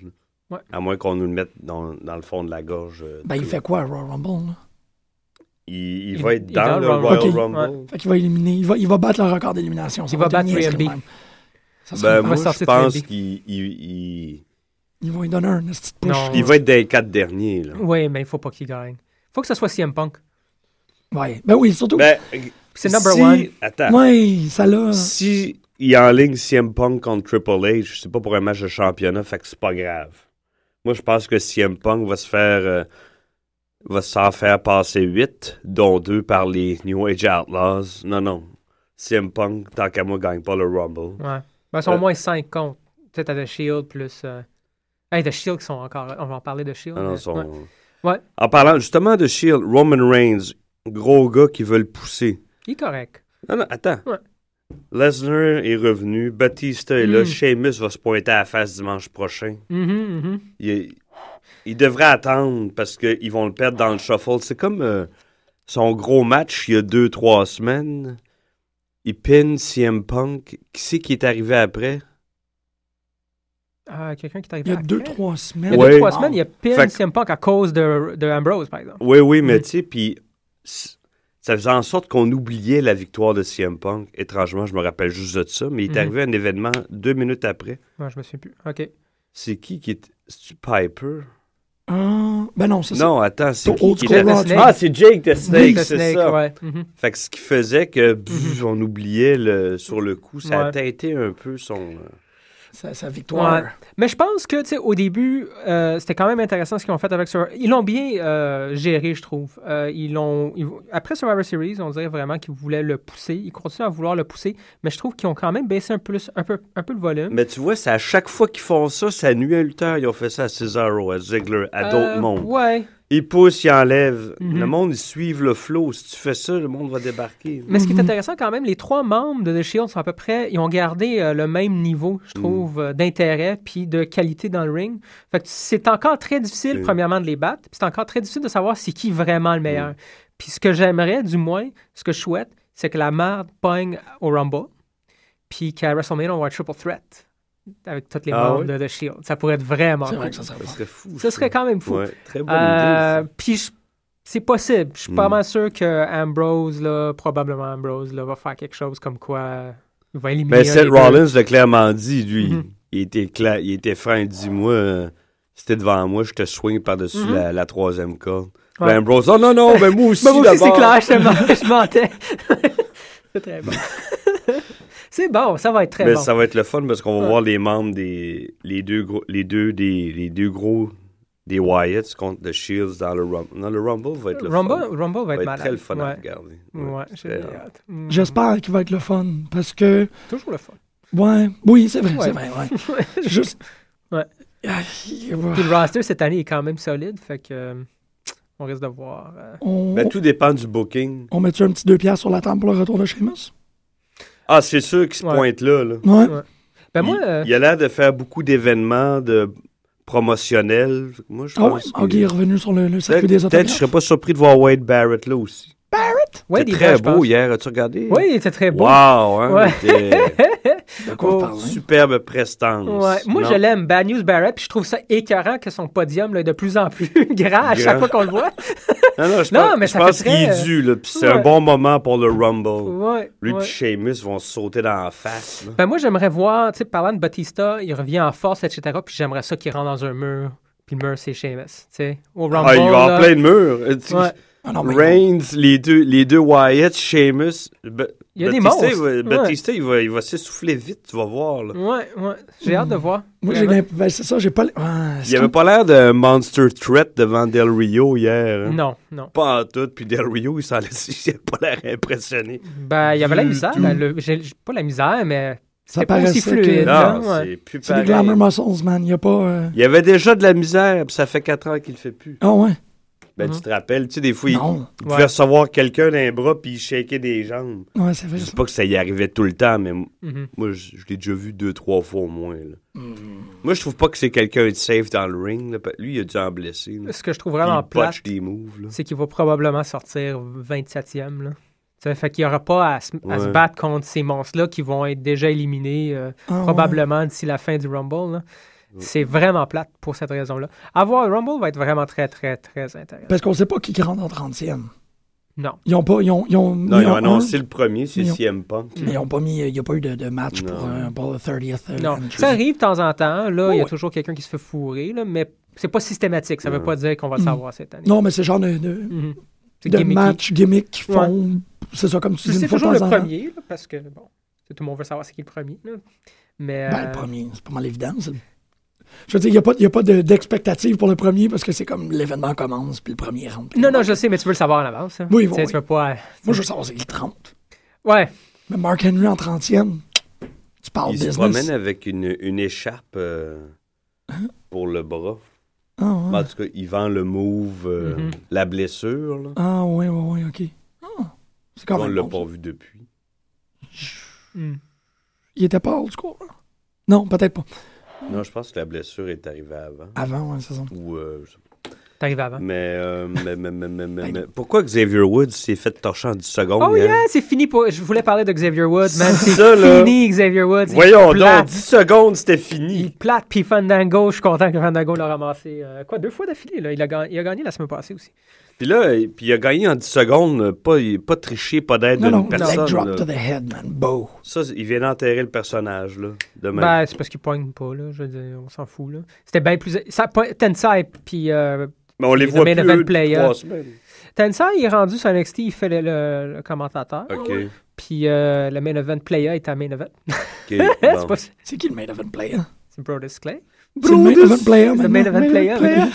E: Ouais.
D: À moins qu'on nous le mette dans, dans le fond de la gorge. euh,
C: Ben, il
D: tout.
C: fait quoi à Royal Rumble? Là?
D: Il, il
E: Il-
D: va être
E: il est
D: dans,
E: dans
D: le
E: le
D: Royal
C: Rumble.
D: Rumble.
C: Fait qu'il va éliminer, il va, il va battre le record d'élimination. Ça
E: Il va
C: être
E: battre
C: une niaiserie
E: Ray
C: de
E: Mb.
C: même.
D: Ben,
C: Ça serait
E: va
D: moi,
C: drôle.
D: je
E: sortir
D: pense
E: Triple B.
D: qu'il il- il-
C: Ils vont lui donner un petit push.
E: Non.
D: il va être dans les quatre derniers. Là.
E: Oui, mais il faut pas qu'il gagne. faut que ce soit CM Punk.
C: Ouais. Ben oui, surtout.
D: Ben,
E: C'est number
D: si-
E: one.
D: Attends.
C: ouais, ça l'a.
D: Si il est en ligne CM Punk contre Triple H, c'est pas pour un match de championnat, fait que c'est pas grave. Moi, je pense que CM Punk va se faire. euh, va s'en faire passer 8, dont 2 par les New Age Outlaws. Non, non. CM Punk, tant qu'à moi, gagne pas le Rumble.
E: Ouais. Ben, ils sont au
D: Euh,
E: moins 5 contre. Peut-être à The Shield plus. Euh... Hey, The Shield qui sont encore. On va en parler de Shield.
D: Ah Non, non,
E: mais-
D: ils sont-
E: ouais. Ouais.
D: En parlant justement de Shield, Roman Reigns, gros gars qui veut le pousser.
E: Il est correct.
D: Non, non, attends.
E: Ouais.
D: Lesnar est revenu, Batista est là,
E: Mm.
D: Sheamus va se pointer à la face dimanche prochain.
E: Mhm, mhm.
D: Il, est- il devrait attendre parce qu'ils vont le perdre dans le shuffle. C'est comme euh, son gros match il y a deux, trois semaines. Il pin CM Punk. Qui c'est qui est arrivé après?
E: Ah, Quelqu'un qui est
C: Il
E: arrivé
C: y a deux,
E: après.
C: trois semaines.
E: Il y a
D: Ouais.
E: deux, trois semaines, il y a
D: Fait
E: pin
D: que-
E: CM Punk à cause de, de Ambrose, par exemple.
D: Oui, oui, mais
E: Mm.
D: tu sais, puis c- ça faisait en sorte qu'on oubliait la victoire de CM Punk. Étrangement, je me rappelle juste de ça, mais il est
E: Mhm.
D: arrivé un événement deux minutes après.
E: Ouais, je me souviens plus. OK.
D: C'est qui qui est... C'est-tu Piper?
C: Ah, ben non, ça c'est.
D: Non, attends, c'est
C: Old
D: qui qui
C: School
D: était-
C: Rock.
D: Ah, c'est Jake the Snake,
E: The
D: c'est ça.
E: ouais. Mhm.
D: Fait que ce qui faisait que pff, on oubliait le, sur le coup, ça a
E: Ouais.
D: teinté un peu son. euh,
C: Sa, sa victoire.
E: Ouais. Mais je pense que, tu sais, au début, euh, c'était quand même intéressant ce qu'ils ont fait avec Survivor. Ils l'ont bien euh, géré, je trouve. Euh, ils l'ont. ils- Après Survivor Series, on dirait vraiment qu'ils voulaient le pousser. Ils continuent à vouloir le pousser, mais je trouve qu'ils ont quand même baissé un peu, le- un peu, un peu le volume.
D: Mais tu vois, c'est à chaque fois qu'ils font ça, ça nuit à Luther. Ils ont fait ça à Cesaro, à Ziggler, à d'autres
E: Euh,
D: mondes.
E: Ouais.
D: Ils poussent, ils enlèvent.
E: Mhm.
D: Le monde, ils suivent le flow. Si tu fais ça, le monde va débarquer.
E: Mais ce qui est intéressant quand même, les trois membres de The Shield sont à peu près, ils ont gardé euh, le même niveau,
D: Mhm.
E: je trouve, euh, d'intérêt puis de qualité dans le ring. Fait que c'est encore très difficile,
D: Mm.
E: premièrement, de les battre. Puis c'est encore très difficile de savoir c'est qui vraiment le
D: Mhm.
E: meilleur. Puis ce que j'aimerais, du moins, ce que je souhaite, c'est que la merde pogne au Rumble, puis qu'à WrestleMania, on va un triple threat avec tous les
D: Ah
E: membres
D: oui?
E: de The Shield. Ça pourrait être vraiment
C: C'est
E: cool.
C: vrai que ça serait
D: Ce
C: fort.
D: serait fou.
E: Ce
D: ça.
E: serait quand même fou.
D: Ouais, très bonne
E: Euh,
D: idée.
E: Puis je- c'est possible. Je suis pas
D: Mm.
E: mal sûr que Ambrose, là, probablement Ambrose, là, va faire quelque chose comme quoi euh, il va éliminer.
D: Mais
E: un
D: Ben, Seth
E: des deux.
D: Rollins l'a clairement dit, lui.
E: Mhm.
D: il, était cla- il était franc. Il dit Moi, euh, si t'es devant moi, je te swing par-dessus
E: Mhm.
D: la, la troisième corde.
E: Ouais.
D: Ben, Ambrose, oh non, non, ben moi aussi.
E: Ben, moi aussi, c'est
D: d'abord.
E: clair, je, te mens- je mentais. c'est très bon. c'est bon, ça va être très
D: Mais
E: bon.
D: ça va être le fun parce qu'on va
E: Ouais.
D: voir les membres des les deux gros les deux des les deux gros des Wyatts contre The Shields dans le Rumble. Non, le Rumble va être le
E: Rumble,
D: fun.
E: Rumble va être malade.
D: très le fun à
E: ouais.
D: regarder.
E: Ouais, j'ai
D: c'est-
E: hâte. Mm.
C: J'espère qu'il va être le fun parce que.
E: Toujours le fun.
C: Ouais. Oui, c'est vrai,
E: Ouais.
C: c'est vrai, ouais. Juste.
E: Ouais.
C: Ah,
E: Puis le roster cette année est quand même solide, fait que euh, on risque de voir. euh,
C: On,
D: Mais tout dépend du booking.
C: on met-tu un petit deux piastres sur la table pour le retour de Sheamus?
D: Ah, c'est sûr qu'il se
E: Ouais.
D: pointe là. là.
C: Ouais.
E: Ouais. Ben moi,
D: il,
E: euh,
D: il a l'air de faire beaucoup d'événements de promotionnels. Moi, je
C: Ah ouais,
D: pense
C: ok, il est
D: que...
C: revenu sur le, le circuit des
D: Peut-être, peut-être je
C: autographes.
D: serais pas surpris de voir Wade Barrett là aussi.
E: ouais,
D: C'était
E: des
D: très
E: gens, je
D: beau
E: pense.
D: hier, as-tu regardé?
E: Oui, il était très beau.
D: Wow, hein,
E: Ouais.
D: il était-
C: De quoi vous
E: Oh,
C: parlez?
D: superbe prestance.
E: Ouais. Moi,
D: Non?
E: je l'aime, Bad News Barrett, puis je trouve ça écœurant que son podium là, est de plus en plus grand
D: Grand.
E: à chaque fois qu'on le voit.
D: Non, non, je
E: Non,
D: pense,
E: mais
D: je
E: ça
D: pense
E: fait
D: qu'il est
E: très,
D: dû, là, puis c'est
E: ouais.
D: un bon moment pour le Rumble.
E: Ouais,
D: Lui
E: ouais.
D: et Sheamus vont se sauter dans la face. là.
E: Ben, moi, j'aimerais voir, tu sais, parlant de Batista, il revient en force, etc., puis j'aimerais ça qu'il rentre dans un mur, puis le mur, c'est Sheamus, tu sais, au Rumble.
D: ah, il va
E: là.
D: en plein de mur. Euh, tu-
E: Ouais.
C: Ah non, mais-
D: Reigns, les deux, les deux Wyatt, Sheamus. Ba-
E: Il y a des
D: Batista,
E: monstres.
D: il va-
E: Ouais.
D: Batista, il va, il va s'essouffler vite, tu vas voir. là.
E: Ouais, ouais. J'ai hâte de voir.
C: Moi, j'ai
E: Vraiment.
C: l'impression. ben, c'est ça, j'ai pas. l- Ah,
D: Il avait pas l'air de Monster Threat devant Del Rio hier. hein.
E: Non, non.
D: Pas en tout, puis Del Rio, il s'en laisse- il a pas l'air impressionné.
E: Ben, il y avait la misère, ben, le- j'ai j'ai pas la misère, mais
C: Ça
E: c'était pas aussi
C: paraissait que-
E: fluide. là,
D: Non,
E: ouais.
D: c'est plus
C: C'est des
D: pareil.
C: glamour muscles, man. Il y a pas. euh,
D: Il y avait déjà de la misère, puis ça fait 4 ans qu'il le fait plus.
C: Ah ouais.
D: Ben, tu te rappelles, tu sais, des fois, il,
C: Non.
D: il pouvait
E: Ouais.
D: recevoir quelqu'un d'un bras puis il shakeait des jambes.
C: Ouais, c'est vrai.
D: Je
C: ça.
D: sais pas que ça y arrivait tout le temps, mais m-
E: Mhm.
D: moi, je, je l'ai déjà vu deux, trois fois au moins. là. Moi, je trouve pas que c'est quelqu'un de safe dans le ring. là. Lui, il a dû en blesser. là.
E: Ce que je trouve
D: Puis
E: vraiment
D: il botche
E: plate,
D: des moves. là.
E: c'est qu'il va probablement sortir 27e, là. Tu sais, fait qu'il n'y aura pas à, se, à
D: Ouais.
E: se battre contre ces monstres-là qui vont être déjà éliminés euh,
C: Ah, ouais.
E: probablement d'ici la fin du Rumble. là. C'est vraiment plate pour cette raison-là. Avoir le Rumble va être vraiment très, très, très intéressant.
C: Parce qu'on sait pas qui qui rentre en 30e.
E: Non.
C: Ils ont pas. Ils ont, ils ont
D: Non,
C: mis
D: ils ont
C: un
D: annoncé le premier, c'est
C: Ils ont-
D: CM Punk.
C: Mais ils ont pas mis. hein? Il n'y a pas eu de, de match pour,
D: Non.
C: euh, pour le 30th. euh,
E: Non.
C: entry.
E: Ça arrive de temps en temps. Là, il y a
C: ouais.
E: toujours quelqu'un qui se fait fourrer, là, mais c'est pas systématique. Ça veut pas dire qu'on va le savoir cette année.
C: Mm. Non, mais c'est genre de, de,
E: Mhm. C'est
C: de
E: gimmicky.
C: match gimmick qu'ils font. C'est ça, comme tu
E: Tu
C: dis,
E: sais
C: une fois de
E: toujours le
C: temps en temps.
E: premier, là, parce que bon, tout le monde veut savoir c'est qui le premier. là. Mais
C: Ben, le
E: euh,
C: premier, c'est pas mal évident. c'est- Je veux dire, il n'y a pas, il y a pas de- d'expectative pour le premier parce que c'est comme l'événement commence puis le premier rentre.
E: Non, non, je sais, mais tu veux le savoir en avance. hein.
C: Oui,
E: Tu sais,
C: oui,
E: Tu veux pas. euh,
C: Moi, je veux savoir c'est qui le 30.
E: Ouais.
C: Mais Mark Henry en 30e, tu parles
D: Il se
C: business.
D: promène avec une, une écharpe euh, pour le bras.
C: Ah, ouais.
D: En tout cas, il vend le move, euh,
E: Mhm.
D: la blessure. Là.
C: Ah, ouais, ouais, ouais, ok. Ah, c'est quand
D: On
C: même.
D: l'a
C: bon,
D: pas
C: ça.
D: vu depuis.
E: Mm.
C: Il était pas old school. hein? Non, peut-être pas.
D: Non, je pense que la blessure est arrivée avant.
C: Avant, ouais, c'est ça.
D: Ou, euh, je sais
E: T'arrives
D: pas.
E: avant.
D: mais, euh, mais, mais, mais, mais,
C: Ben,
D: mais- mais- pourquoi Xavier Woods s'est fait torcher en 10 secondes?
E: Oh
D: hein?
E: yeah, c'est fini pour. Je voulais parler de Xavier Woods, man. C'est
D: Ça, là.
E: fini, Xavier Woods. Il
D: Voyons donc,
E: plate.
D: 10 secondes, c'était
E: Il est
D: fini.
E: plate, puis Fandango, je suis content que Fandango l'a ramassé. euh, quoi, deux fois d'affilée, là. Il a, ga- il a gagné la semaine passée aussi.
D: Puis là, il- puis il a gagné en 10 secondes, euh, pas, il- pas triché, pas d'aide
C: Non, non,
D: d'une
C: leg
D: personne.
C: drop
D: là.
C: to the head, man. Beau.
D: Ça, il vient d'enterrer le personnage, là, demain.
E: Ben, c'est parce qu'il poigne pas, là. Je veux dire, on s'en fout, là. C'était bien plus. Ça, po- Tensai, puis. euh,
D: mais on les
E: the
D: voit
E: main
D: plus,
E: event
D: eux, depuis
E: player.
D: trois semaines.
E: Tensai, il est rendu sur NXT, il fait le, le- le commentateur.
D: OK,
E: Puis euh, le main event player est à main event.
D: OK,
E: c'est
D: bon.
E: pas.
C: C'est qui le main event player?
E: C'est Brodus Clay.
C: C'est le main event player,
E: Le
C: maintenant.
E: main event player.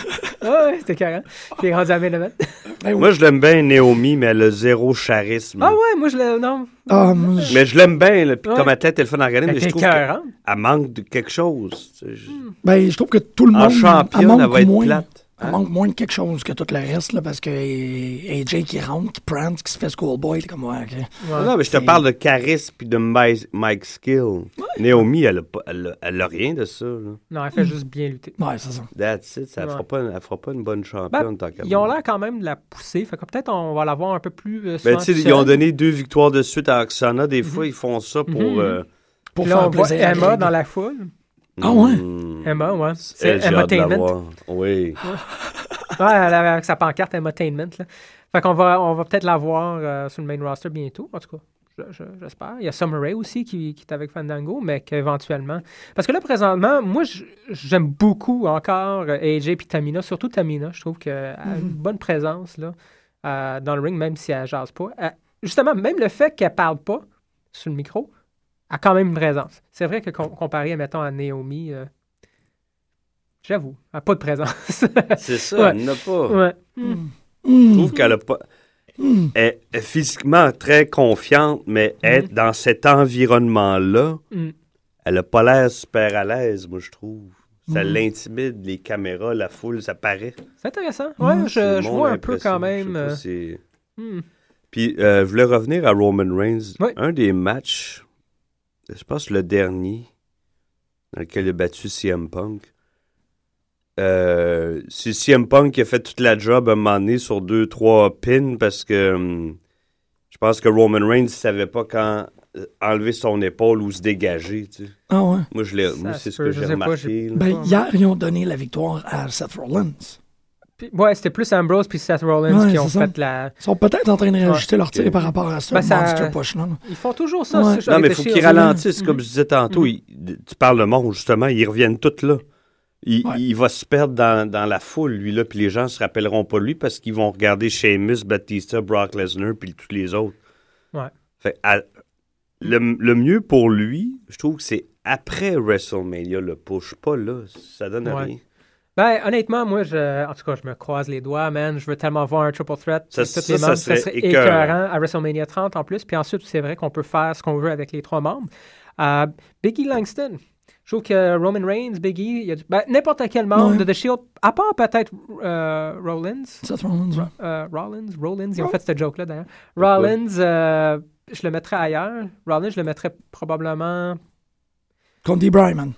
E: Ah ouais, c'était carré. Il est rendu à main event.
C: Ben oui.
D: Moi, je l'aime bien, Naomi, mais elle a zéro charisme.
E: Ah ouais, moi je le. Non.
C: Ah, moi, je-
D: Mais je l'aime bien, là, puis
E: Ouais.
D: comme à tête, elle fait regarder,
E: Elle
D: mais je
E: était
D: trouve
E: écœurante.
D: qu'elle manque de quelque chose. tu sais, je-
C: ben, je trouve que tout le monde.
D: En
C: elle
D: championne,
C: manque
D: elle va être
C: moins- Ah,
D: plate.
C: Elle
D: Hein?
C: manque moins de quelque chose que tout le reste, là, parce que AJ qui rentre, qui prance, qui se fait schoolboy, t'es comme, ouais, ok.
E: Ah,
D: Non, non, mais je te
C: C'est-
D: parle de charisme puis de Mike, Mike Skill. Naomi, elle a, pas- elle a- elle a rien de ça. là.
E: Non, elle fait juste bien lutter.
C: Ouais, c'est ça.
D: That's it. Ça
E: Ouais.
D: fera pas, une- elle fera pas une bonne championne
E: Ben,
D: tant qu'à
E: ils ont
D: moi.
E: l'air quand même de la pousser. Fait que peut-être on va la voir un peu plus. euh,
D: Ben,
E: souvent
D: tu sais,
E: toute
D: ils ont
E: seule.
D: donné deux victoires de suite à Oksana. Des fois, ils font ça pour.
E: Mhm.
D: euh,
C: Pour
E: Puis là, on
C: faire
E: voit
C: plaisir. à
E: Emma
C: Greg.
E: dans la foule.
C: Ah ouais?
D: hmm,
E: Emma, ouais.
D: elle, j'ai
E: Emma
D: hâte de la
E: Tainment.
D: voir. Oui.
E: Ouais, elle avait- avec sa pancarte Emotainment. Là. Fait qu'on va, on va peut-être la voir euh, sur le main roster bientôt, en tout cas. Je- je- J'espère. Il y a Summer Rae aussi qui, qui est avec Fandango, mais qu'éventuellement. Parce que là, présentement, moi, je- j'aime beaucoup encore euh, AJ et Tamina, surtout Tamina. Je trouve qu'elle a une bonne présence là, euh, dans le ring, même si elle jase pas. Elle- justement, même le fait qu'elle parle pas sur le micro, elle a quand même une présence. C'est vrai que com- comparé, mettons, à Naomi, euh, j'avoue, elle n'a pas de présence.
D: C'est ça,
E: Ouais.
D: elle n'a pas.
E: ouais. Mm.
D: Je
C: Hmm.
D: trouve qu'elle a pas. Elle est physiquement très confiante, mais être dans cet environnement-là,
E: Mm.
D: elle a pas l'air super à l'aise, moi, je trouve. Ça
E: Mm.
D: l'intimide, les caméras, la foule, ça paraît.
E: C'est intéressant. Ouais, Ah, je,
D: C'est
E: je
D: mon
E: vois un peu
D: impression.
E: quand
D: Je sais
E: même.
D: pas
E: euh,
D: si-
E: hmm.
D: Puis, euh, je voulais revenir à Roman Reigns.
E: Oui.
D: Un des matchs, je pense le dernier, dans lequel il a battu CM Punk. Euh, c'est CM Punk qui a fait toute la job à un moment donné sur deux, trois pins parce que hum, je pense que Roman Reigns ne savait pas quand euh, enlever son épaule ou se dégager. tu sais.
C: Ah ouais.
D: Moi, je l'ai-
E: Ça
D: moi, c'est
E: se
D: ce que
E: peut, je
D: j'ai
E: sais pas,
D: remarqué. là.
E: Mm-hmm.
C: Ben, hier, ils ont donné la victoire à Seth Rollins.
E: Puis- ouais, c'était plus Ambrose puis Seth Rollins
C: Ouais,
E: qui ont
C: c'est ça.
E: fait la.
C: Ils sont peut-être en train de réajuster leur tir
D: Ok.
C: par rapport à ça,
E: Ben, ça-
C: Monster Push, non?
E: Ils font toujours ça.
C: Ouais.
E: c'est-
D: Non,
E: avec
D: mais
E: The
D: faut
E: Shield.
D: qu'ils ralentissent, comme
E: Mm-hmm.
D: je disais tantôt. il- tu parles de monde, justement, ils reviennent tous là. Il,
C: Ouais.
D: il va se perdre dans, dans la foule, lui-là, puis les gens se rappelleront pas de lui parce qu'ils vont regarder Sheamus, Batista, Brock Lesnar, puis tous les autres.
E: Ouais.
D: Fait, à- le, le mieux pour lui, je trouve que c'est après WrestleMania, le push, pas là. Ça donne
E: Ouais.
D: rien.
E: Ben, honnêtement, moi, je, en tout cas, je me croise les doigts, man. Je veux tellement voir un triple threat.
D: Ça,
E: avec tous
D: ça,
E: les
D: ça
E: membres.
D: serait écœurant.
E: à WrestleMania 30 en plus. Puis ensuite, c'est vrai qu'on peut faire ce qu'on veut avec les trois membres. Euh, Biggie Langston. Je trouve que Roman Reigns, Biggie, il y a du- ben, n'importe quel membre
C: Ouais.
E: de The Shield, à part peut-être euh, Rollins.
C: Seth Rollins, ouais.
E: Euh, Rollins, Rollins, ils ont
C: Oh.
E: fait cette joke-là d'ailleurs. Rollins, euh, je le mettrais ailleurs. Rollins, je le mettrais probablement.
C: Contre D. Bryman.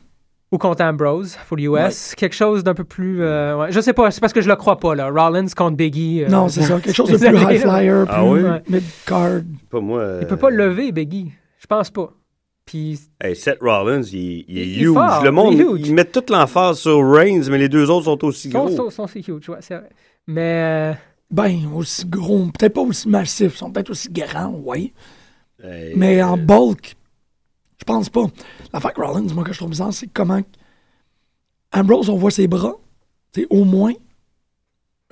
E: ou contre Ambrose pour l'US. Quelque chose d'un peu plus. euh, ouais. Je sais pas, c'est parce que je le crois pas, là. Rollins contre Biggie. euh,
C: Non, c'est ça. Quelque chose de
E: Désolé,
C: plus high
E: là.
C: flyer,
D: Ah
C: plus
E: oui?
C: mid-card.
D: Pas moi.
E: Il peut pas le lever, Biggie. Je pense pas. Puis
D: euh, Hey, Seth Rollins, il, il est
E: Il est
D: huge.
E: fort,
D: le monde,
E: il est huge.
D: ils mettent toute l'emphase sur Reigns, mais les deux autres sont aussi
E: Son,
D: gros.
E: son, son, c'est huge, ouais, c'est vrai. Mais euh,
C: Ben, aussi gros, peut-être pas aussi massif, ils sont peut-être aussi grands, oui.
D: Hey,
C: Mais en bulk, je pense pas. La fac Rollins, moi, que je trouve bizarre, c'est comment. Ambrose, on voit ses bras, c'est au moins.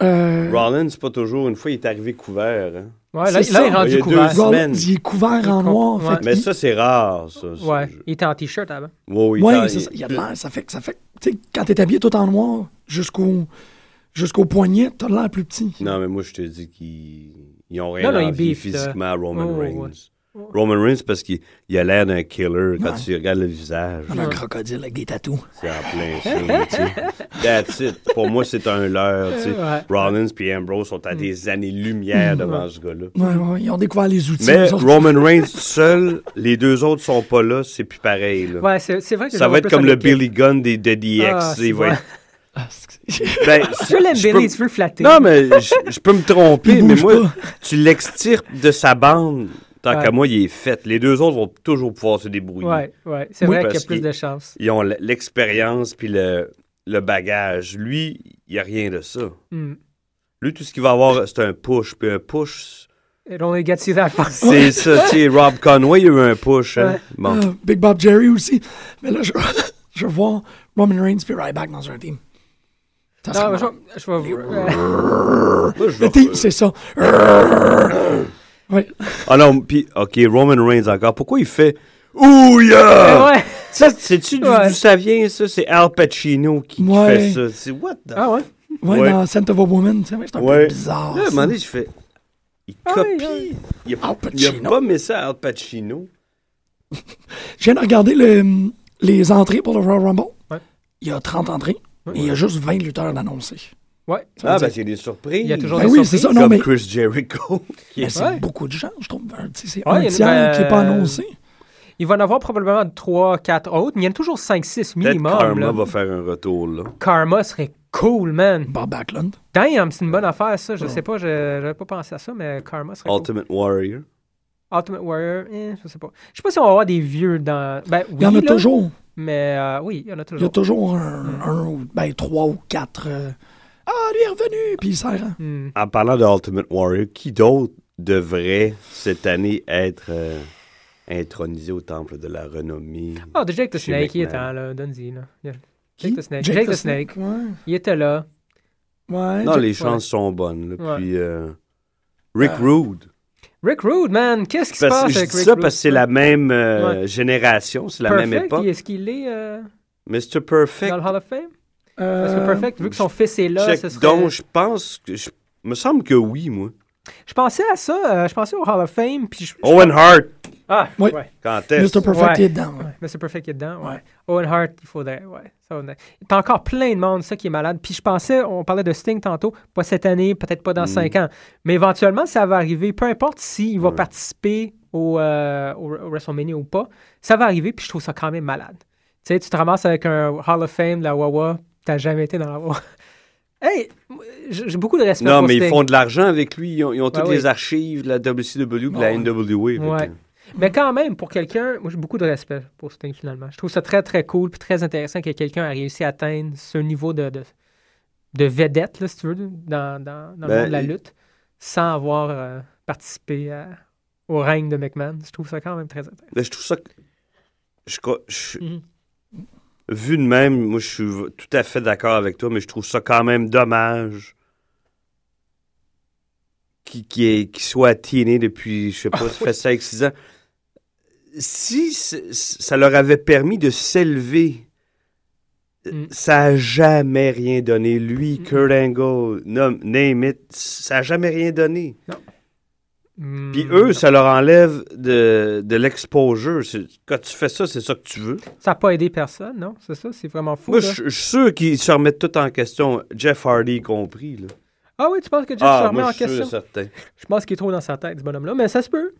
C: Euh,
D: Rollins, c'est pas toujours. Une fois, il est arrivé couvert. hein.
E: euh, ouais, là,
C: C'est
E: là,
D: ça,
E: il est
D: il y
E: rendu
D: a
E: couvert.
D: deux-
C: Rollins,
D: semaine.
C: il est couvert en
E: Il con-
C: noir.
E: ouais.
C: Fait que
D: Mais
C: il-
D: ça, c'est rare, ça.
E: Ouais,
D: Je-
E: il était en t-shirt avant.
D: Ouais, oui,
C: Oui,
D: tant-
C: c'est ça. Il y a de l'air. Ça fait que ça fait. que, Tu sais, quand t'es habillé tout en noir jusqu'au jusqu'au poignet, t'as de l'air plus petit.
D: Non, mais moi, je te dis qu'ils ils ont rien
E: Non, non, ils
D: envie
E: beefent,
D: physiquement à Roman
E: oh,
D: Reigns. Roman Reigns, parce qu'il il a l'air d'un killer quand
C: Ouais. Ah,
D: tu regardes le visage.
C: Comme un crocodile avec des tatous.
D: C'est en plein ça. tu sais. That's it. Pour moi, c'est un leurre. tu sais.
E: Euh, ouais.
D: Rollins et Ambrose sont à des années-lumière devant ce gars-là.
C: Mm. Ouais, ouais, ils ont découvert les outils.
D: Mais
C: eux autres.
D: Roman Reigns seul, les deux autres sont pas là, c'est plus pareil. là.
E: Ouais, c'est c'est vrai que
D: ça
E: je
D: va être
E: plus
D: comme
E: en
D: le
E: équipe.
D: Billy Gunn des, des DX.
E: Ah,
D: il va
E: ouais.
D: être-
C: Ah,
D: Ben, si-
E: Tu l'aimes,
D: je peux-
E: Billy, tu veux le flatter.
D: Non, mais je, je peux me tromper,
C: Il
D: mais
C: bouge
D: moi,
C: pas.
D: tu l'extirpes de sa bande. Tant
E: Ouais.
D: qu'à moi, il est fait. Les deux autres vont toujours pouvoir se débrouiller.
E: Ouais, ouais, c'est
D: Oui,
E: vrai qu'il y a
D: parce
E: plus
D: qu'il-
E: de chance.
D: Ils ont l- l'expérience puis le, le bagage. Lui, il n'y a rien de ça.
E: Mm.
D: Lui, tout ce qu'il va avoir, c'est un push. Puis un push,
E: It only gets you that far.
D: c'est ça. Tu sais, Rob Conway, il y a eu un push. hein.
E: Ouais.
D: Bon.
C: Euh, Big Bob Jerry aussi. Mais là, je, je vois Roman Reigns puis Ryback dans un team. Ça serait
E: Non, mais
C: Ah, marrant.
E: je, je vais vous.
D: Moi, Ah, je
C: Le
D: vais-
C: team, c'est ça. ouais.
D: Ah non, puis, OK, Roman Reigns encore. Pourquoi il fait Ouh,
C: Ah
D: yeah!
E: Ben ouais.
D: Ça, c'est-tu du-
E: Ouais.
D: d'où ça vient, ça? C'est Al Pacino qui, qui
C: Ouais.
D: fait ça. C'est what the
E: Ah ouais.
C: Ouais,
D: Ouais.
C: dans Scent of a Woman, tu sais, ouais, c'est un
D: Ouais.
C: peu bizarre.
D: Là, à un
C: ça.
D: moment donné, je fais. Il copie.
E: oui, oui.
D: Il a,
C: Al
D: il a
C: Pacino.
D: pas mis ça à Al Pacino.
C: Je viens de regarder le- les entrées pour le Royal Rumble.
E: Ouais.
C: Il y a 30 entrées, et il y a juste 20 lutteurs d'annoncés.
E: Ouais.
D: Ah, ben, il y a des surprises.
E: Il y a toujours
C: Ben
E: des
C: oui,
E: surprises.
C: c'est ça.
D: Comme
C: Non, mais,
D: Chris Jericho. qui
C: mais
D: est-
C: c'est
E: Ouais.
C: beaucoup de gens, je trouve. Un- tu sais, C'est
E: Ouais, il y
C: un
E: en a-
C: tiers qui n'est pas
E: ben,
C: annoncé.
E: Il va en avoir probablement 3, 4 autres, mais il y en a toujours 5, 6
D: Peut-être
E: minimum.
D: Karma
E: là.
D: va faire un retour, là.
E: Karma serait cool, man.
C: Bob Backlund.
E: Damn, c'est une bonne affaire, ça. Je sais pas, je- j'avais pas pensé à ça, mais Karma serait cool.
D: Ultimate Warrior.
E: Ultimate Warrior, eh, je sais pas. Je sais pas si on va avoir des vieux dans. Ben, oui,
C: Il y en a
E: là,
C: toujours.
E: Mais euh, oui, il y en a
C: Il y a
E: toujours. Mm.
C: toujours un, un ou ben, trois ou quatre. euh, ah, lui est revenu, puis il sert. hein.
E: Hmm.
D: En parlant de Ultimate Warrior, qui d'autre devrait cette année être euh, intronisé au temple de la renommée?
E: Ah, de Jake the
D: Chez
E: Snake, il
D: McMahon.
E: était là. Donne-y, là. Il y a-
C: Qui?
E: Jake the Snake. Jake the Snake.
C: Ouais.
E: Il était là.
C: Ouais,
D: non,
C: Jake-
D: les chances sont bonnes. là.
E: Ouais.
D: Puis euh, Rick Rude.
E: Rick Rude, man. Qu'est-ce qui se
D: Parce-
E: passe
D: je
E: avec
D: dis
E: Rick
D: ça
E: Rude?
D: parce que Ben, c'est la même euh, génération, c'est la
E: Perfect,
D: même époque.
E: il- Est-ce qu'il est euh,
D: Mr. Perfect.
E: dans le Hall of Fame?
C: euh,
E: Parce que Perfect, vu que son fils est là,
D: Check.
E: ce serait...
D: Donc, je pense que. Je... Me semble que oui, moi.
E: Je pensais à ça. euh, je pensais au Hall of Fame, puis je...
D: Owen Hart,
E: Ah,
C: Oui.
E: ouais.
D: quand est-ce?
C: Mr. Perfect
E: Ouais.
C: est dedans. ouais.
E: Ouais, Mr. Perfect est dedans, ouais.
C: Ouais.
E: Owen Hart, il faudrait, ouais. Ça, on a- T'as encore plein de monde, ça, qui est malade. Puis je pensais, on parlait de Sting tantôt, pas cette année, peut-être pas dans
D: Hmm.
E: cinq ans. Mais éventuellement, ça va arriver, peu importe s'il va participer au, euh, au- au WrestleMania ou pas, ça va arriver, puis je trouve ça quand même malade. Tu sais, tu te ramasses avec un Hall of Fame, de la Wawa, t'as jamais été dans la Wawa. hey, j'ai j'ai beaucoup de respect
D: Non,
E: pour
D: mais ils
E: Sting.
D: font de l'argent avec lui. Ils ont, ils ont toutes
E: Ben oui.
D: les archives de la WCW, de la NWA. fait que-
E: Ouais. Mais quand même, pour quelqu'un, moi j'ai beaucoup de respect pour Sting finalement. Je trouve ça très très cool puis très intéressant que quelqu'un a réussi à atteindre ce niveau de, de, de vedette, là, si tu veux, dans, dans, dans le
D: Ben,
E: monde de la
D: il-
E: lutte, sans avoir euh, participé à- au règne de McMahon. Je trouve ça quand même très intéressant.
D: Mais Ben, je trouve ça. que- Je, crois- je-
E: Mhm.
D: Vu de même, moi, je suis v- tout à fait d'accord avec toi, mais je trouve ça quand même dommage qu'il qu'il est- qu'il soit tienné depuis, je sais pas, ça fait 5-6 ans. Si c- ça leur avait permis de s'élever, euh,
E: Mm.
D: ça a jamais rien donné. Lui, Kurt Angle, nom- name it, ça a jamais rien donné. Puis
E: Hmm,
D: eux, ça leur enlève de, de l'exposure. C'est- Quand tu fais ça, c'est ça que tu veux.
E: ça n'a pas aidé personne, non? C'est ça, c'est vraiment fou.
D: Moi,
E: là.
D: je je suis sûr qu'ils se remettent tout en question, Jeff Hardy y compris. Là.
E: Ah oui, tu penses que Jeff se
D: ah,
E: remet
D: moi,
E: en
D: je suis sûr et
E: question?
D: certain.
E: Je pense qu'il est trop dans sa tête, ce bonhomme-là, mais ça se peut.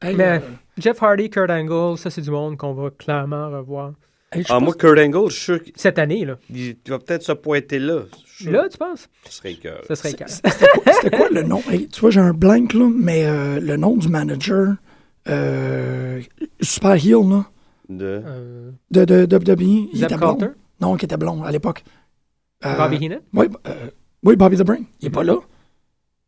C: Hey, euh,
E: Mais Jeff Hardy, Kurt Angle, ça c'est du monde qu'on va clairement revoir.
C: Hey, je
D: Ah,
C: pense-
D: moi, Kurt Angle, je suis sûr
E: Cette année, là.
D: qu'il il va peut-être se pointer là. Je suis sûr
E: Là, tu penses?
D: que ce serait écoeurant.
E: Ce serait écœurant.
C: C'était quoi le nom? Hey, tu vois, j'ai un blank, là, mais euh, le nom du manager euh, Super Heel, là,
D: De...
E: Euh,
C: de, de, WWE. Il
E: Zeb
C: était blond.
E: Coulter?
C: Non, qui était blond à l'époque. Euh,
E: Bobby Heenan?
C: Oui, euh, oui, Bobby the Brain. Il est pas là.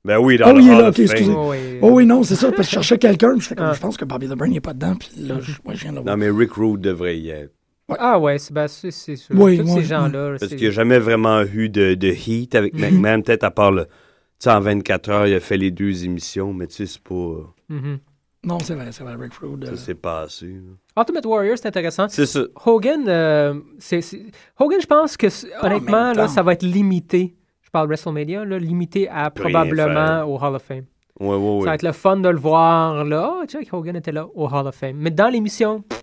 D: Ben oui, dans
C: Ah
D: le
C: oui, il est
D: Hall of
C: là, ok,
D: Fame.
C: excusez.
E: Oh, ouais.
C: Oh oui, non, c'est ça, parce que je cherchais quelqu'un, puis j'étais comme,
E: Ah.
C: je pense que Bobby the Brain, il est pas dedans, puis là, je, moi, je viens de le
D: Non,
C: voir.
D: mais Rick Rude devrait y être.
E: Ah ouais, c'est ben, c'est- c'est sûr.
C: Oui,
E: Tous
C: oui,
E: ces
C: oui.
E: gens-là.
D: Parce
E: c'est- Mhm.
D: qu'il n'y a jamais vraiment eu de, de heat avec McMahon, peut-être à part le. Tu sais, en 24 heures, il a fait les deux émissions, mais tu sais, c'est pas.
E: Mhm.
C: Non, c'est vrai, c'est vrai, Rick Rude. euh,
D: Ça s'est passé. là.
E: Ultimate Warrior, c'est intéressant.
D: C'est ça.
E: Hogan, euh, c'est- c'est- Hogan, je pense que c'est-
C: Oh,
E: honnêtement,
C: même
E: là,
C: temps.
E: ça va être limité. Je parle de WrestleMania, là, limité à
D: peut rien
E: probablement
D: faire.
E: au Hall of Fame.
D: Ouais, ouais,
E: Ça va
D: ouais.
E: être le fun de le voir là. Oh, Jack Hogan était là au Hall of Fame. Mais dans l'émission, pff,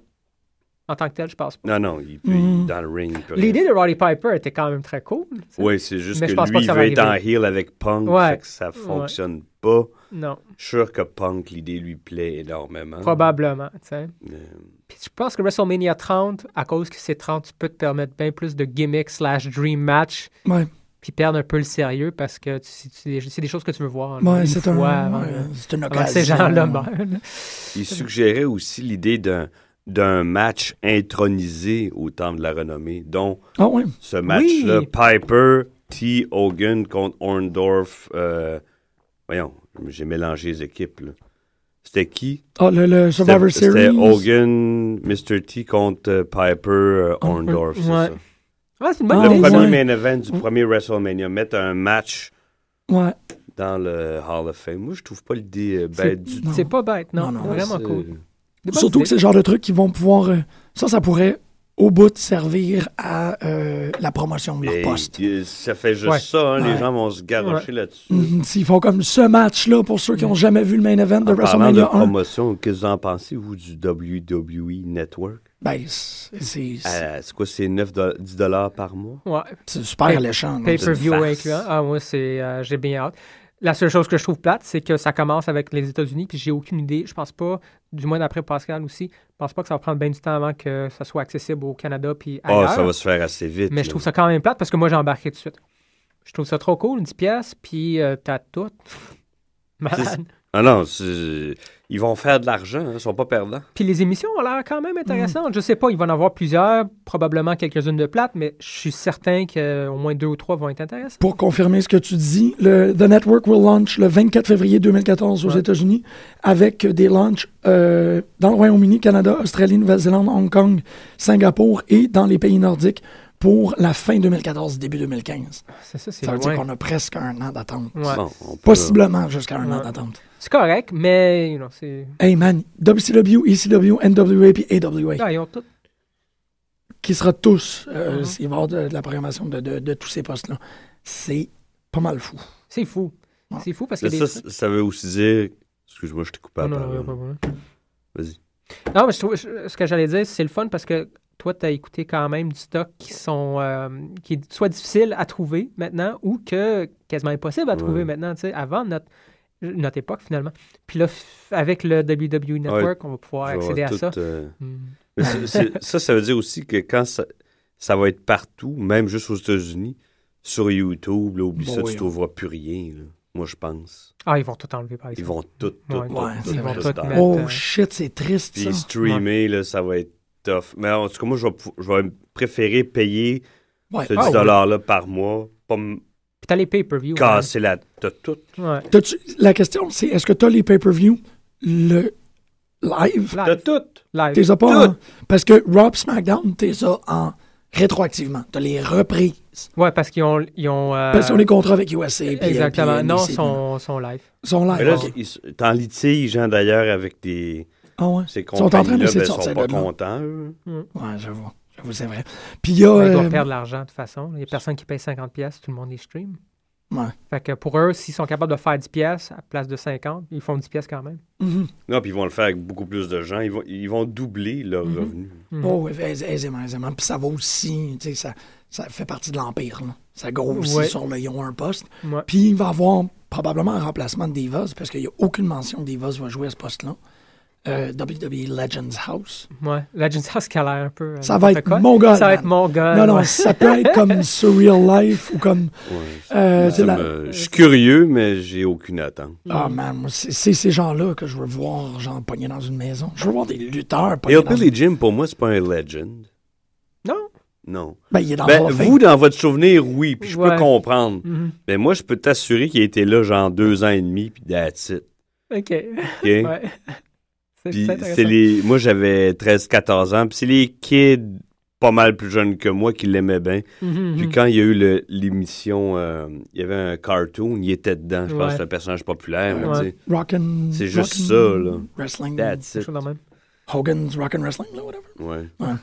E: en tant que tel, je pense pas.
D: Non, non, il, peut-
E: Mm.
C: Mhm.
D: dans le ring. il peut rien
E: L'idée de Roddy Piper était quand même très cool. tu sais.
D: Oui, c'est juste
E: Mais
D: que
E: je pense
D: lui,
E: pas que
D: il
E: ça
D: veut
E: va
D: être en
E: arriver.
D: heel avec Punk,
E: Ouais.
D: fait que ça fonctionne pas.
E: Non,
D: Je suis sûr que Punk, l'idée lui plaît énormément.
E: probablement. tu sais.
D: Mais-
E: Puis je pense que WrestleMania 30, à cause que c'est 30, tu peux te permettre bien plus de gimmicks slash dream match,
C: Ouais,
E: puis perdre un peu le sérieux parce que tu- c'est c'est des choses que tu veux voir. là,
C: ouais,
E: une
C: c'est un,
E: fois avant
C: ouais, euh,
E: de-
C: c'est une
E: avant
C: occasion.
E: que ces gens-là
C: ouais.
E: meurent. là.
D: Il suggérait aussi l'idée d'un d'un match intronisé au temps de la renommée, dont
C: Ah ouais,
D: ce match-là,
E: Oui.
D: Piper, T. Hogan contre Orndorff. euh, voyons, j'ai mélangé les équipes. là. C'était qui?
C: ah, le, le Survivor
D: C'était-
C: Series.
D: C'était Hogan, Mr. T contre euh, Piper, euh, Orndorff, c'est
E: Mm-hmm. Ouais.
D: ça.
E: Ouais, c'est une
C: Ah,
E: bonne
D: le
E: idée,
D: premier
C: ouais.
D: main event du premier WrestleMania, mettre un match
C: Ouais,
D: dans le Hall of Fame. Moi, je trouve pas l'idée euh,
E: C'est-
D: bête du euh,
E: ça. C'est pas bête, non.
C: Non, non,
E: vraiment
D: c'est-
E: cool. Des bonnes
C: surtout que
E: idées.
C: c'est le genre de trucs qui vont pouvoir, euh, ça, ça pourrait au bout de servir à euh, la promotion de leur
D: Et-
C: poste.
D: et ça fait juste
E: Ouais. Mm.
D: ça, hein,
C: Ouais.
D: les gens vont se garrocher là-dessus.
C: Mhm, S'ils font comme ce match-là, pour ceux qui n'ont jamais vu le main event de
D: Mm. En parlant de
C: WrestleMania 1,
D: promotion, qu'est-ce que vous en pensez, vous, du WWE Network?
C: ben, c'est- c'est c'est-
D: Euh, c'est quoi, c'est 9 do- 10 dollars par mois?
E: Ouais.
C: c'est super
E: Pay-
C: alléchant. là.
E: Pay-per-view
D: farce.
E: incluant. Ah, moi, c'est, euh, j'ai bien hâte. La seule chose que je trouve plate, c'est que ça commence avec les États-Unis, puis j'ai aucune idée. Je pense pas, du moins d'après Pascal aussi, je pense pas que ça va prendre bien du temps avant que ça soit accessible au Canada puis
C: Ah,
D: Oh,
E: ailleurs.
D: ça va se faire assez vite.
E: Mais je
D: là.
E: trouve ça quand même plate parce que moi, j'ai embarqué tout de suite. Je trouve ça trop cool, 10 pièces, puis euh, t'as tout. Malade.
D: Ah non, c'est- ils vont faire de l'argent, hein, ils sont pas perdants.
E: Puis les émissions ont l'air quand
D: Hmm.
E: même intéressantes. Je sais pas, il va en avoir plusieurs, probablement quelques-unes de plates, mais je suis certain qu'au moins deux ou trois vont être intéressantes.
C: pour confirmer ce que tu dis, le, The Network will launch le 24 février 2014 aux
E: Ouais.
C: États-Unis avec des launches euh, dans le Royaume-Uni, Canada, Australie, Nouvelle-Zélande, Hong Kong, Singapour et dans les pays nordiques pour la fin 2014, début 2015.
E: C'est ça, c'est
C: Ça veut dire
E: loin.
C: qu'on a presque un an d'attente.
E: Ouais.
D: Bon, on peut-
C: Possiblement jusqu'à un an
E: Ouais.
C: d'attente.
E: C'est correct, mais you know, c'est.
C: Hey man, WCW, ECW, NWA puis AWA,
E: Ah, ils ont tout.
C: qui sera tous, euh,
E: Mhm.
C: s'il va y avoir de, de la programmation de, de- de tous ces postes-là, c'est pas mal fou.
E: C'est fou.
C: Ouais.
E: C'est fou parce que.
D: Mais ça, ça, ça veut aussi dire... Excuse-moi, je t'ai coupé
C: Ah
E: non,
D: la
E: non, non,
D: parole.
E: pas vrai.
D: Vas-y.
E: Non, mais je trouve- je- ce que j'allais dire, c'est le fun parce que toi, tu as écouté quand même du stock qui sont euh, qui est soit difficile à trouver maintenant ou que quasiment impossible à
D: Ouais.
E: trouver maintenant, tu sais, avant notre, notre époque finalement. Puis là, f- avec le WWE Network, on va pouvoir
D: Je vais
E: accéder à
D: tout,
E: ça.
D: euh,
E: Hmm.
D: Mais c'est- c'est- ça, ça veut dire aussi que quand ça, ça va être partout, même juste aux États-Unis, sur YouTube, là, oublie
C: Bon,
D: ça,
C: Bah oui, hein.
D: tu
C: on-
D: trouveras plus rien. là. Moi, je pense.
E: Ah, ils vont tout enlever par
D: Ils
E: exemple.
D: vont tout, tout,
E: Ouais.
D: tout,
C: Ouais,
D: tout,
E: ils vont
D: tout
E: tout
D: dans-
E: mettre.
C: Oh
E: euh,
C: shit, c'est triste ça.
D: Puis streamer, là, ça va être tough. Mais en tout cas, moi, je vais, pou- je vais préférer payer
C: Ouais.
D: ce
C: Ah,
D: 10 $-là par mois, pas me
E: Puis t'as les pay-per-view.
D: casser la tête toute.
E: hein. Ouais.
C: T'as-tu- la question, c'est est-ce que tu as les pay-per-view le live?
D: T'as
E: Live.
D: tout.
E: Live.
C: T'es pas
D: Tout.
C: en- Parce que Rob SmackDown, t'es ça en rétroactivement. T'as les reprises.
E: Ouais, parce qu'ils ont. Ils ont euh,
C: Parce qu'on est contrat avec USA. puis, euh,
E: Exactement.
C: puis, euh,
E: Non,
C: NBC,
E: sont, sont live.
C: sont
D: Mais
C: live.
D: là,
C: ok.
D: ils s- t'es en litige, hein, d'ailleurs, avec des,
C: Ah ouais.
D: ces
C: sont en train
D: compagnies-là. ben,
C: d'essayer
D: Ils
C: de
D: sont
C: sortir
D: pas
C: de là.
D: contents, eux.
C: Ouais, j'avoue. J'avoue, c'est vrai. Puis il y a.
E: Ils
C: euh,
E: doivent perdre de l'argent de toute façon. Il y a personne qui paye 50$, piastres, tout le monde les stream.
C: ouais.
E: Fait que pour eux, s'ils sont capables de faire 10$ piastres à place de 50, ils font 10$ piastres quand même.
C: Mhm.
D: Non, puis ils vont le faire avec beaucoup plus de gens. Ils vont, ils vont doubler leurs revenus.
E: hmm.
C: Oh, ouais, ais- aisément, aisément. Puis ça va aussi, tu sais, ça, ça fait partie de l'Empire. là. Ça grossit
E: Ouais.
C: sur le ils ont un poste.
E: Ouais.
C: Puis il va y avoir probablement un remplacement de Divas, parce qu'il n'y a aucune mention que Divas va jouer à ce poste-là. euh, WWE Legends House.
E: Ouais. Legends House qui a l'air un peu. euh,
C: Ça va être
E: n'importe quoi.
C: mon gars,
E: Ça va être
C: man.
E: mon gars.
C: non, non,
E: Euh, ouais.
C: ça peut être comme Surreal Life ou comme. euh, tu sais,
D: Ça
C: la-
D: me- Je suis curieux, mais j'ai aucune attente.
E: Mhm.
C: Ah, man, moi, c'est c'est ces gens-là que je veux voir, genre, pognés dans une maison. Je veux voir des lutteurs pognés dans
D: Hillbilly Jim, pour moi, c'est pas un legend.
E: Non.
D: Non.
C: Ben, il est dans
D: Ben,
C: Hall of Fame.
D: vous, dans votre souvenir, oui, puis je
E: Ouais.
D: peux comprendre.
E: Mhm.
D: Mais moi, je peux t'assurer qu'il a été là, genre, deux ans et demi, puis that's it.
E: OK.
D: OK?
E: Ouais. C'est
D: Puis
E: c'est
D: c'est
E: intéressant.
D: les. Moi, j'avais 13-14 ans. Puis c'est les kids pas mal plus jeunes que moi qui l'aimaient bien.
E: Mhm,
D: Puis
E: mhm.
D: quand il y a eu le- l'émission, euh, il y avait un cartoon, il était dedans. Je pense
E: Ouais.
D: que c'est un personnage populaire. mais
E: Ouais.
D: tu
C: Rockin'.
D: C'est juste
C: Rockin'
D: ça, là. sais,
C: Wrestling.
D: That's
E: Quelque
D: it.
E: chose de même.
C: Hogan's Rockin' Wrestling, là, whatever.
D: Ouais.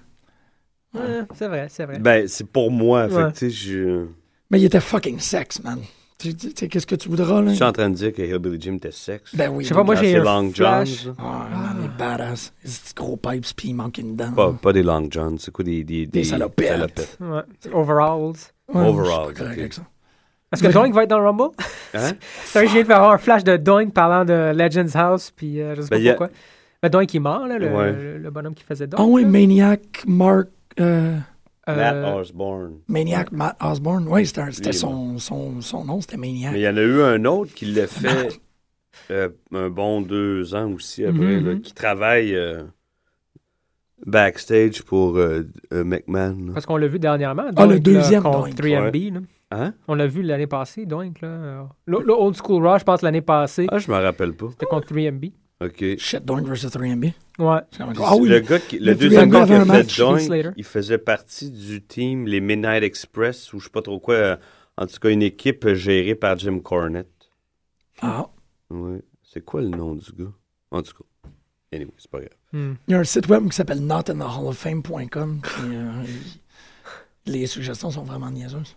E: Ouais, c'est vrai, c'est vrai.
D: Ben, c'est pour moi. Fait
E: Ouais.
D: que, tu sais, je
C: Mais il était fucking sex, man. Tu tu- tu sais, qu'est-ce que tu voudras, là?
D: je suis en train de dire que Hillbilly Jim était sexe.
C: Ben oui.
E: Je sais pas, moi
D: Ah,
E: j'ai
D: c'est
E: un
D: Long
E: flash.
D: John,
C: Ah, man, il est badass. Il a des gros pipes, puis il manque une dent.
D: Pas, pas des Long Johns, c'est quoi des. Des,
C: Des salopettes.
D: Ben.
E: Ouais. Overalls.
C: Ouais,
D: Overall,
C: je suis pas correct
D: ok.
C: avec ça.
E: Est-ce que Doink va être dans le Rumble?
D: Hein?
E: C'est vrai que j'ai de faire avoir un flash de Doink parlant de Legends House, puis euh, je sais
D: Ben,
E: pas
D: y a-
E: pourquoi. Mais Doink il est mort, là, le,
D: Ouais.
E: le- le bonhomme qui faisait Doink.
C: Ah oui,
E: là.
C: Maniac, Mark. euh,
E: Euh,
D: Matt Osborne.
C: Maniac Matt Osborne. Oui, c'était c'était
D: Lui,
C: son, son, son nom, c'était Maniac.
D: Mais il y en a eu un autre qui l'a fait euh, un bon deux ans aussi après,
E: Mhm.
D: là, qui travaille euh, backstage pour euh, euh, McMahon. là.
E: Parce qu'on l'a vu dernièrement.
C: Ah, le
E: Doink, là,
C: deuxième
E: contre
C: Doink.
E: 3MB. là.
D: Hein?
E: On l'a vu l'année passée, Doink. Là. Euh, Le, le Old School Raw, je pense, l'année passée,
D: Ah, je me rappelle pas.
E: c'était contre 3MB.
D: OK.
C: Shit, Doink versus 3MB.
E: Ouais.
C: C'est quand même
D: Puis
C: cool. Ah oui,
D: Le, gars qui- le
C: Le
D: deuxième
E: 3MB
D: gars qui
E: avait
D: a
E: un
D: fait
E: match. Heath Slater.
D: Joint, il faisait partie du team les Midnight Express ou je sais pas trop quoi. euh, En tout cas, une équipe euh, gérée par Jim Cornette.
C: Ah,
D: Ouais. C'est quoi le nom du gars? En tout cas. Anyway, c'est pas grave.
E: Hmm.
C: il y a un site web qui s'appelle notinthehalloffame.com. puis, euh, il- les suggestions sont vraiment niaiseuses.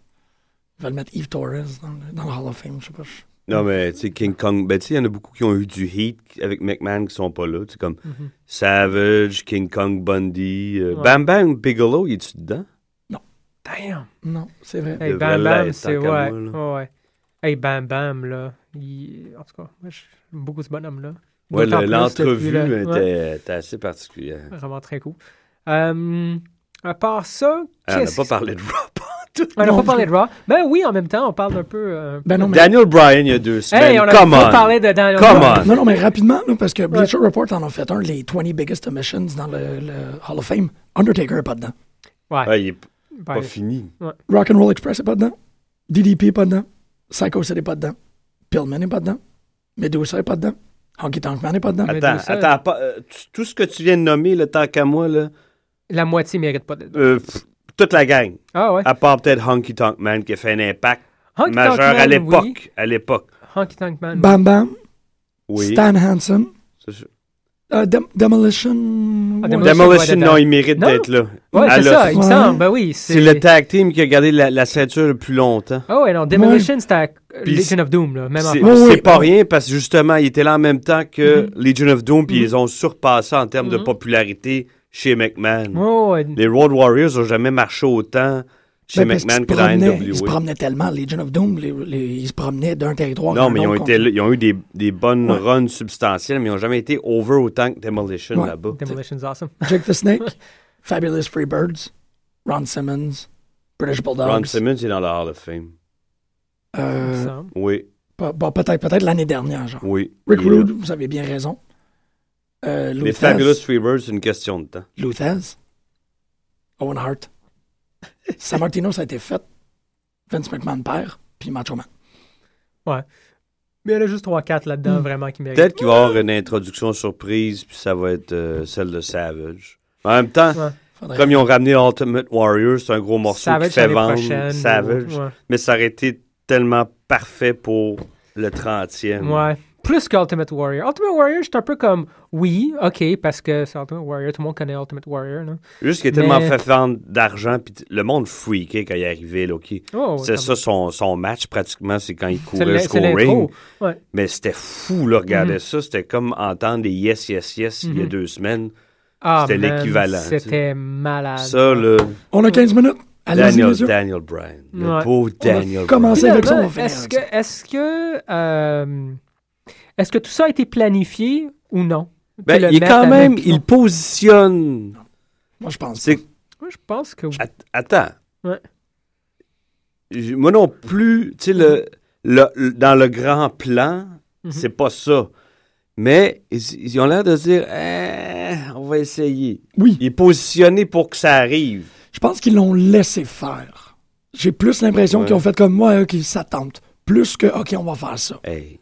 C: Ils veulent mettre Yves Torres dans le, dans le Hall of Fame, je sais pas. je-
D: Non, mais tu sais, King Kong, ben tu sais, il y en a beaucoup qui ont eu du heat avec McMahon qui sont pas là. Tu sais, comme
E: Mhm.
D: Savage, King Kong Bundy, euh,
E: Ouais.
D: Bam Bam Bigelow, il est-tu dedans?
E: Damn!
C: Non, c'est vrai.
E: Hey,
D: devrait
E: Bam Bam,
D: l'être,
E: c'est
D: tant qu'à
E: ouais.
D: moi,
E: ouais, ouais. Hey, Bam Bam, là. il- En tout cas, moi, j'aime beaucoup ce bonhomme-là.
D: Ouais,
E: D'autant
D: le-
E: plus
D: l'entrevue
E: depuis, là.
D: était,
E: Ouais,
D: était assez particulière. Ah,
E: Vraiment très cool. Euh, à part
D: Ah,
E: ça,
D: on n'a
E: qu'est-ce
D: pas
E: qui-
D: parlé de rap.
E: On n'a
C: Non,
E: pas
C: je-
E: parlé de Raw. Ben oui, en même temps, on parle un peu. euh,
C: Ben non, mais,
D: Daniel Bryan, il y a deux semaines.
E: hey, on a
D: Ben, Come on!
E: parlé de Daniel
D: Come
E: Bryan.
D: on!
C: non, non, mais rapidement, là, parce que Bleacher Report en a fait un, les 20 biggest omissions dans le, le Hall of Fame. Undertaker est pas dedans.
E: Ouais,
D: Ouais, Ah, il est p-
E: ben,
D: pas fini.
C: Rock'n'Roll Express est pas dedans. DDP est pas dedans. Psycho City est pas dedans. Pillman est pas dedans. Medusa est pas dedans. Honky Tonk Man est pas dedans.
E: Mais
D: Attends,
E: deux seuls.
D: attends, pas- euh, tu- tout ce que tu viens de nommer, le tant qu'à moi, là,
E: la moitié mérite pas d'être.
D: euh, pff, toute la gang,
E: Ah ouais.
D: à part peut-être Honky Tonk Man qui a fait un impact
E: Honky
D: majeur
E: Tonk Man,
D: à l'époque.
E: oui.
D: À l'époque.
E: Honky Tonk Man.
C: Bam Bam,
D: Oui.
C: Stan Hansen,
D: Ça, je-
C: euh, Dem- Demolition.
E: Ah,
C: Warrior.
E: Demolition.
D: Demolition,
E: Demolition,
D: non, il mérite
E: Non.
D: d'être là.
E: Ouais, c'est
D: Alors,
E: ça, il me
C: Ouais.
E: semble. Ben oui,
D: C'est le tag team qui a gardé la, la ceinture le plus longtemps.
E: Oh ouais, non, Demolition, c'était à euh,
D: Puis
E: Legion of Doom, là. Même
D: C'est
E: en
C: Oui, oui,
D: c'est pas
C: ben oui.
D: rien parce que justement, ils étaient là en même temps que
E: Mm-hmm.
D: Legion of Doom, puis ils ont surpassé en termes de
E: Mhm.
D: popularité chez McMahon.
E: Oh, ouais.
D: Les Road Warriors n'ont jamais marché autant chez
C: Ben, parce
D: McMahon que
C: qu'ils se
D: dans
C: promenaient- Ils se
D: NWA.
C: promenaient tellement, Legion of Doom, les, les- ils se promenaient d'un territoire à
D: Non,
C: un
D: mais ils
C: autre
D: ont, été,
C: contre-
D: là- ils ont eu des, des bonnes
C: Ouais.
D: runs substantielles, mais ils n'ont jamais été over autant que Demolition
C: Ouais.
D: là-bas.
E: Demolition's awesome.
C: Jake the Snake, Fabulous Freebirds, Ron Simmons, British Bulldogs.
D: Ron Simmons est dans le Hall of Fame.
E: il me
C: Euh,
E: semble.
D: Oui,
C: pas- bon, peut-être, peut-être l'année dernière, genre.
D: oui.
C: Rick
D: Il est là.
C: Rude, vous avez bien raison. Euh,
D: Les
C: Luthez,
D: Fabulous Freebirds, c'est une question de temps.
C: Luthez, Owen Hart. San Martino, ça a été fait. Vince McMahon père, puis Macho Man.
E: Mais il y en a juste 3-4 là-dedans, vraiment, qui méritent.
D: Peut-être qu'il va y avoir une introduction surprise, puis ça va être euh, celle de Savage. En même temps,
E: Ouais.
C: Faudrait-
D: comme ils ont ramené Ultimate Warrior, c'est un gros morceau
E: Savage
D: qui fait
E: l'année
D: vendre
E: prochaine,
D: Savage.
E: ouais.
D: Mais ça aurait été tellement parfait pour le 30e.
E: Ouais. Plus qu'Ultimate Warrior. Ultimate Warrior, j'étais un peu comme, oui, ok, parce que c'est Ultimate Warrior, tout le monde connaît Ultimate Warrior, là.
D: Juste qu'il a tellement
E: Mais-
D: fait vendre d'argent, puis t- le monde freaké quand il est arrivé. Là, ok.
E: Oh, ouais,
D: c'est
E: quand
D: ça, son, son match, pratiquement, c'est quand il
E: C'est
D: courait
E: l'in-
D: jusqu'au
E: c'est l'intro.
D: ring.
E: Ouais.
D: Mais c'était fou, là, regarder ça. C'était comme entendre des yes, yes, yes il y a
E: Mhm.
D: deux semaines.
E: Ah,
D: C'était
E: man,
D: l'équivalent, tu sais.
E: C'était malade.
D: Ça, là,
C: On a 15 minutes. Allez-y,
D: Daniel,
C: les yeux.
D: Daniel Bryan.
E: Ouais.
D: Le pauvre Daniel
C: commencé
D: Bryan.
C: C'est avec ça, on va
E: Finalement,
C: finir
E: Est-ce
C: avec
E: que, est-ce que, euh, est-ce que tout ça a été planifié ou non? tu
D: Ben,
E: le
D: il est
E: mets
D: quand
E: avec-
D: même, il positionne.
C: Moi, je pense.
D: C'est
E: Moi, je pense que oui.
D: Att- Attends.
E: Ouais.
D: J- Moi non plus, tu sais, le, le- le- dans le grand plan,
E: Mhm.
D: c'est pas ça. Mais ils, ils ont l'air de dire, Eh, on va essayer.
C: Oui.
D: Il est positionné pour que ça arrive.
C: Je pense qu'ils l'ont laissé faire. J'ai plus l'impression
D: Ouais.
C: qu'ils ont fait comme moi, qu'ils s'attendent. Plus que, OK, on va faire ça.
D: Hey.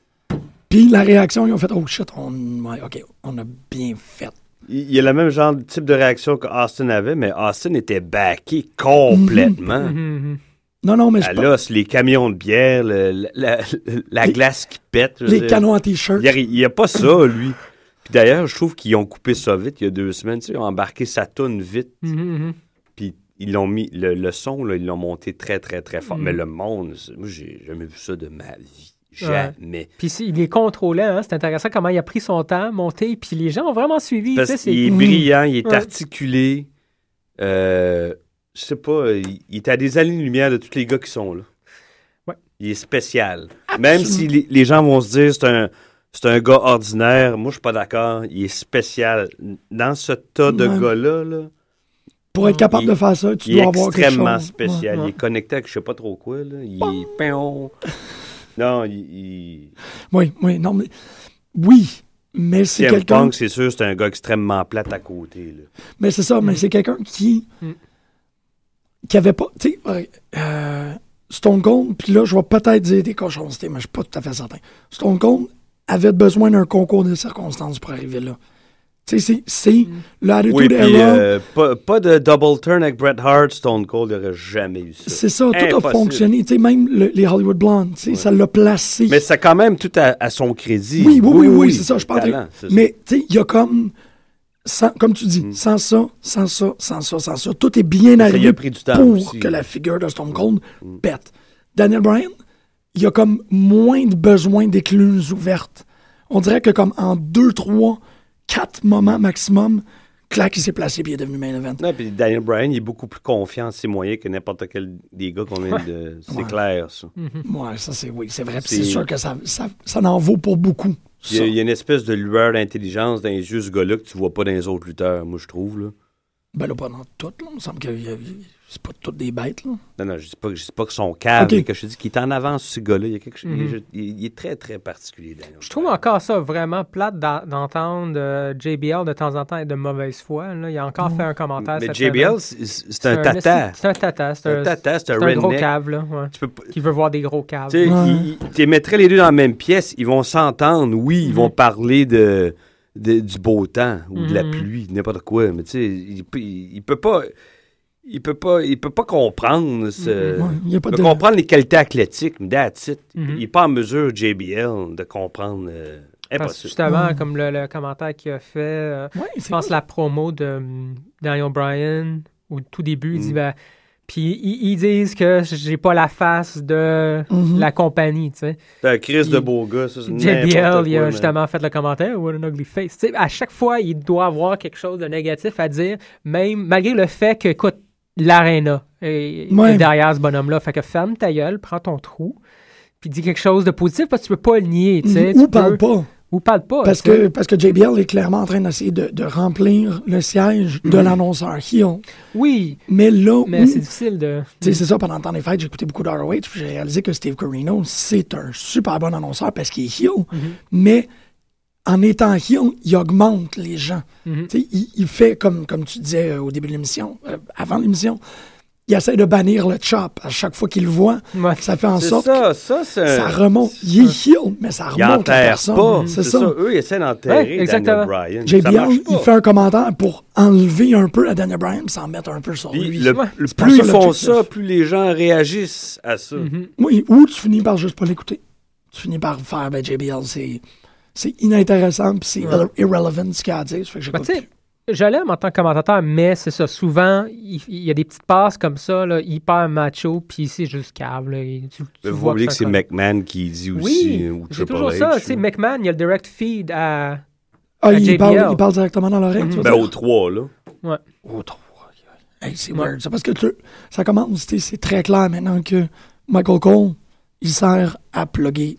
C: Puis la réaction, ils ont fait, oh shit, on, ouais, OK, on a bien fait.
D: Il il y a le même genre de type de réaction que Austin avait, mais Austin était backé complètement.
E: Mhm.
C: Non, non, mais je
D: À
C: pense-
D: l'os, les camions de bière, le- la, la- la
C: Les-
D: glace qui pète. je veux
C: Les
D: dire.
C: canons à t-shirt.
D: Il n'y a, pas ça, lui. Puis d'ailleurs, je trouve qu'ils ont coupé ça vite il y a deux semaines. tu sais, ils ont embarqué sa toune vite.
E: Mhm, mhm.
D: Puis ils l'ont mis, le, le son, là, ils l'ont monté très, très, très fort.
E: Mm.
D: Mais le monde, c'est- moi, j'ai jamais vu ça de ma vie. Jamais.
E: Puis si- il est contrôlant, hein, c'est intéressant comment il a pris son temps, monté, puis les gens ont vraiment suivi. tu sais,
D: Parce
E: c'est-
D: qu'il est brillant, il est
E: Ouais.
D: articulé. Euh, je sais pas, euh, il, il est à des années-lumière de tous les gars qui sont là.
E: Ouais.
D: Il est spécial. Même si les, les gens vont se dire c'est un, c'est un gars ordinaire, moi je suis pas d'accord, il est spécial. Dans ce tas de
C: Ouais.
D: gars-là, là,
C: Pour être capable
D: Il-
C: de faire ça, tu
D: il est
C: dois avoir quelque chose.
D: extrêmement
C: Ouais.
D: spécial. Il est connecté avec je sais pas trop quoi. Là. Il est... Pion. Non, il... il-
C: Oui, oui, non, mais... Oui, mais c'est
D: CM
C: quelqu'un...
D: Punk, c'est sûr, c'est un gars extrêmement plate à côté. là.
C: Mais c'est ça, mais c'est quelqu'un qui.
E: Mm.
C: qui avait pas. Tu sais, ouais, euh, Stone Cold, puis là, je vais peut-être dire des cochonnetés, mais je suis pas tout à fait certain. Stone Cold avait besoin d'un concours de circonstances pour arriver là. Tu sais, c'est c'est l'attitude
D: Oui, puis
C: era.
D: euh, pas, pas de double turn avec Bret Hart, Stone Cold n'aurait jamais eu ça.
C: c'est ça, tout a
D: Impossible.
C: fonctionné. Tu sais, même le- les Hollywood Blondes, tu sais, ça l'a placé.
D: Mais c'est quand même tout à, à son crédit.
C: Oui, oui, oui, oui, c'est ça, je
D: parle.
C: pense. que- Mais, tu sais, il y a comme. sans- comme tu dis, sans ça, sans ça, sans ça, sans ça, tout est bien
D: Mm. Ça y a
C: arrivé
D: pris du temps
C: pour
D: aussi, Mm.
C: que
D: là.
C: la figure de Stone Cold pète. Daniel Bryan, il y a comme moins de besoin d'écluses ouvertes. On dirait que comme en deux, trois, quatre moments maximum, clac, il s'est placé puis il est devenu main event.
D: Non, puis Daniel Bryan, il est beaucoup plus confiant en ses moyens que n'importe quel des gars qu'on vient de. C'est
C: Ouais.
D: clair, ça.
C: Ouais, ça c'est oui, c'est vrai. puis C'est
D: Mm. C'est-
C: sûr que ça, ça, ça en vaut pour beaucoup.
D: Il y, a,
C: ça.
D: il y a une espèce de lueur d'intelligence dans les yeux de ce gars-là que tu vois pas dans les autres lutteurs, moi, je trouve. Là.
C: Ben là, pas dans tout, là. Il me semble que y a- c'est pas toutes des bêtes, là.
D: Non, non, je dis pas, que- je dis pas que son cave,
C: Ok.
D: mais que je te dis qu'il est en avance, ce gars-là. Il, y a quelque chose-
E: Mhm.
D: il est- il, il est très, très particulier, Daniel.
E: Je trouve
D: Bryan.
E: encore ça vraiment plate d'en- d'entendre euh, JBL de temps en temps être de mauvaise foi. là. Il a encore fait un commentaire.
D: Mais
E: cette
D: JBL,
E: semaine.
D: c'est- c'est c'est un tata.
E: C'est un tata. C'est
D: C'est un
E: un,
D: tata, c'est
E: c'est
D: un
E: un gros
D: redneck.
E: cave, là, ouais.
D: Tu peux pas-
E: Qui veut voir des gros caves.
D: Tu sais,
C: Ouais.
D: ils- ils- t'es mettrais les deux dans la même pièce, ils vont s'entendre, oui, ils
E: Mhm.
D: vont parler de, de- du beau temps ou de la
E: Mhm.
D: pluie, n'importe quoi, mais tu sais, il, peut- il peut pas il peut pas il peut pas comprendre ce
C: Ouais, il y a pas
D: il peut
C: de-
D: comprendre les qualités athlétiques, mais that's it.
E: Mhm.
D: Il est pas en mesure JBL de comprendre euh,
E: Parce que
D: impossible.
E: justement,
C: Ouais.
E: comme le, le commentaire qu'il a fait, euh,
C: Ouais,
E: je
C: c'est
E: pense la promo de hum, Daniel Bryan, au tout début,
D: Mm.
E: il dit ben, Puis ils, ils disent que j'ai pas la face de
C: Mhm.
E: la compagnie, tu sais.
D: C'est un Chris
E: il-
D: de beau gars, ça, c'est n'importe
E: JBL, il
D: quoi,
E: a
D: man.
E: justement fait le commentaire What an ugly face. Tu sais, à chaque fois, il doit avoir quelque chose de négatif à dire, même malgré le fait que, écoute, l'aréna est, est
C: Ouais.
E: derrière ce bonhomme-là. Fait que ferme ta gueule, prends ton trou, puis dis quelque chose de positif parce que tu peux pas le nier. tu sais.
C: Mhm. Ou
E: Tu
C: parle
E: peux-
C: pas.
E: Ou parle pas.
C: Parce
E: tu sais.
C: que, parce que JBL est clairement en train d'essayer de, de remplir le siège de l'annonceur Hill.
E: Oui,
C: Mais là,
E: Mm. mais
C: où-
E: c'est difficile de.
C: tu sais, c'est ça, pendant le temps des fêtes, j'ai écouté beaucoup d'ROH, puis j'ai réalisé que Steve Corino, c'est un super bon annonceur parce qu'il est Hill.
E: Mm-hmm.
C: Mais en étant Hill, il augmente les gens.
E: Mhm.
C: Tu sais, Il, il fait, comme, comme tu disais euh, au début de l'émission, euh, avant l'émission, il essaie de bannir le chop à chaque fois qu'il le voit.
E: Ouais.
C: Ça fait en
D: C'est
C: sorte
D: ça, ça Euh, c'est
C: que
D: un-
C: ça remonte. Il est Hill, mais ça
D: il
C: remonte la
D: enterre
C: personne.
D: pas,
C: C'est ça.
D: Eux ils essaient d'enterrer
E: Ouais, exactement.
D: Daniel Bryan. Ça marche
C: JBL,
D: pas.
C: il fait un commentaire pour enlever un peu à Daniel Bryan puis s'en mettre un peu sur
D: Puis
C: lui.
D: le,
E: Ouais.
D: le
C: C'est pas
D: plus
C: ça
D: ils font
C: l'objectif.
D: ça, plus les gens réagissent à ça.
E: Mhm.
C: Oui, ou tu finis par juste pas l'écouter. Tu finis par faire, ben JBL, c'est, c'est inintéressant puis c'est irre- irrelevant ce qu'il a à dire. Ça fait que
E: Ben,
C: j'écoute
E: tu sais, je l'aime en tant que commentateur, mais c'est ça. Souvent, il, il y a des petites passes comme ça, là, hyper macho, puis c'est juste câble. là, et tu- tu
D: Mais Vous
E: vois
D: oubliez que c'est
E: un-
D: McMahon qui dit aussi,
E: Oui,
D: euh, ou
E: c'est
D: Triple
E: toujours
D: H,
E: ça.
D: là.
E: Tu sais, McMahon, il y a le direct feed à.
C: Ah,
E: à
C: il,
E: JBL.
C: parle, il parle directement dans l'oreille. tu veux
D: Ben,
C: dire?
D: aux trois, là.
C: Oh, trop. Hey, c'est weird. C'est parce que tu- ça commence, tu sais, c'est très clair maintenant que Michael Cole, il sert à plugger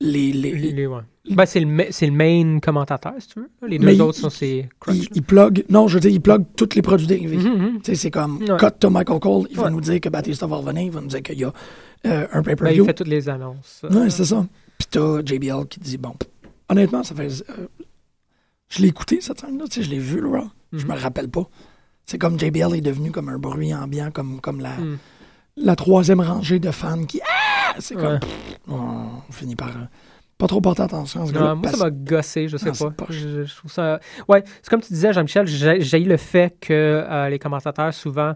C: les, les,
E: les- ouais. Ben, c'est le, ma- c'est le main commentateur, si tu veux. là. Les deux
C: Mais il-
E: autres sont ses
C: Il,
E: crutches.
C: il plug, non, je veux dire, il plug tous les produits dérivés.
E: Mhm, mhm.
C: Tu sais, c'est comme
E: Ouais.
C: cut to Michael Cole, il va
E: Ouais.
C: nous dire que Batista va revenir, il va nous dire qu'il y a euh, un
E: Ben, il
C: pay-per-view.
E: fait toutes les annonces.
C: Ouais, c'est ça. Puis t'as JBL qui dit, bon, honnêtement, ça fait... euh, je l'ai écouté, cette scène-là, tu sais, je l'ai vu, le Raw.
E: Mm-hmm.
C: Je me rappelle pas. C'est comme JBL est devenu comme un bruit ambiant, comme, comme la,
E: Mm.
C: la troisième rangée de fans qui... Ah! C'est comme...
E: Ouais.
C: pff, on finit par... euh, pas trop porter attention à ce
E: Ouais,
C: gars-là.
E: Ah, moi,
C: parce-
E: ça m'a gossé, je sais
C: Ah, c'est
E: pas.
C: poche.
E: Je, je trouve ça. Ouais, c'est comme tu disais, Jean-Michel, j'ai j'ai le fait que euh, les commentateurs souvent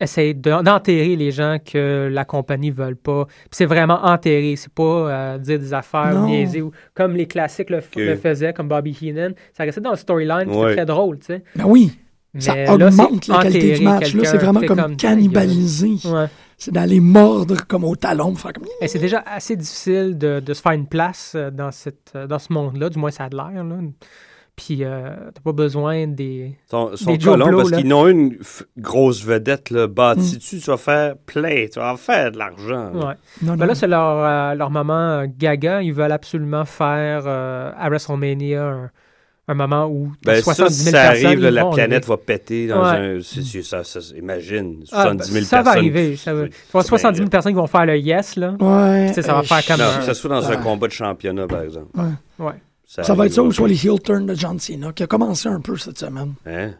E: essayent de- d'enterrer les gens que la compagnie ne veulent pas. Puis c'est vraiment enterrer, c'est pas euh, dire des affaires
C: Non.
E: niaiser ou comme les classiques le, f-
D: Ok.
E: le faisaient, comme Bobby Heenan. Ça restait dans le storyline, puis
D: Ouais.
E: c'était très drôle, tu sais.
C: Ben oui,
E: Mais
C: ça
E: là, c'est
C: augmente la qualité du
E: enterrer
C: match. Là, c'est
E: quelqu'un,
C: vraiment
E: t'es
C: comme, cannibaliser.
E: Ouais.
C: C'est d'aller mordre comme au talon, faire comme...
E: Et c'est déjà assez difficile de, de se faire une place euh, dans, cette, euh, dans ce monde-là, du moins ça a de l'air. Là. Puis euh, t'as pas besoin des.
D: Son, son
E: Des Joe
D: colon,
E: Blow,
D: parce
E: là. Mm.
D: qu'ils n'ont une f- grosse vedette là, bâtie dessus, tu vas faire plein, tu vas en faire de l'argent. là.
E: Ouais.
C: Non,
E: Ben
C: non.
E: là, c'est leur, euh, leur moment euh, gaga. Ils veulent absolument faire euh, à WrestleMania un, un moment où
D: Ben, ça,
E: 70
D: si
E: 000
D: ça
E: personnes
D: arrive, là,
E: y
D: la
E: vont,
D: planète
E: là.
D: va péter dans
E: Ouais.
D: un. c'est- c'est- ça, ça- imagine,
E: Ah, ben,
D: 70 000
E: ça
D: personnes.
E: va arriver. Ça va. Tu vois,
D: c'est
E: 70
D: bien,
E: 000 personnes qui vont faire le yes, là.
C: Ouais,
E: Tu sais, ça va
C: euh,
E: faire comme-
D: Non, que ce soit dans un
C: Ouais.
D: combat de championnat, par exemple.
E: Ouais.
C: Ah. Ça va être ça ou
D: arrive.
C: soit les heel turns de John Cena, qui a commencé un peu cette semaine.
D: Hein?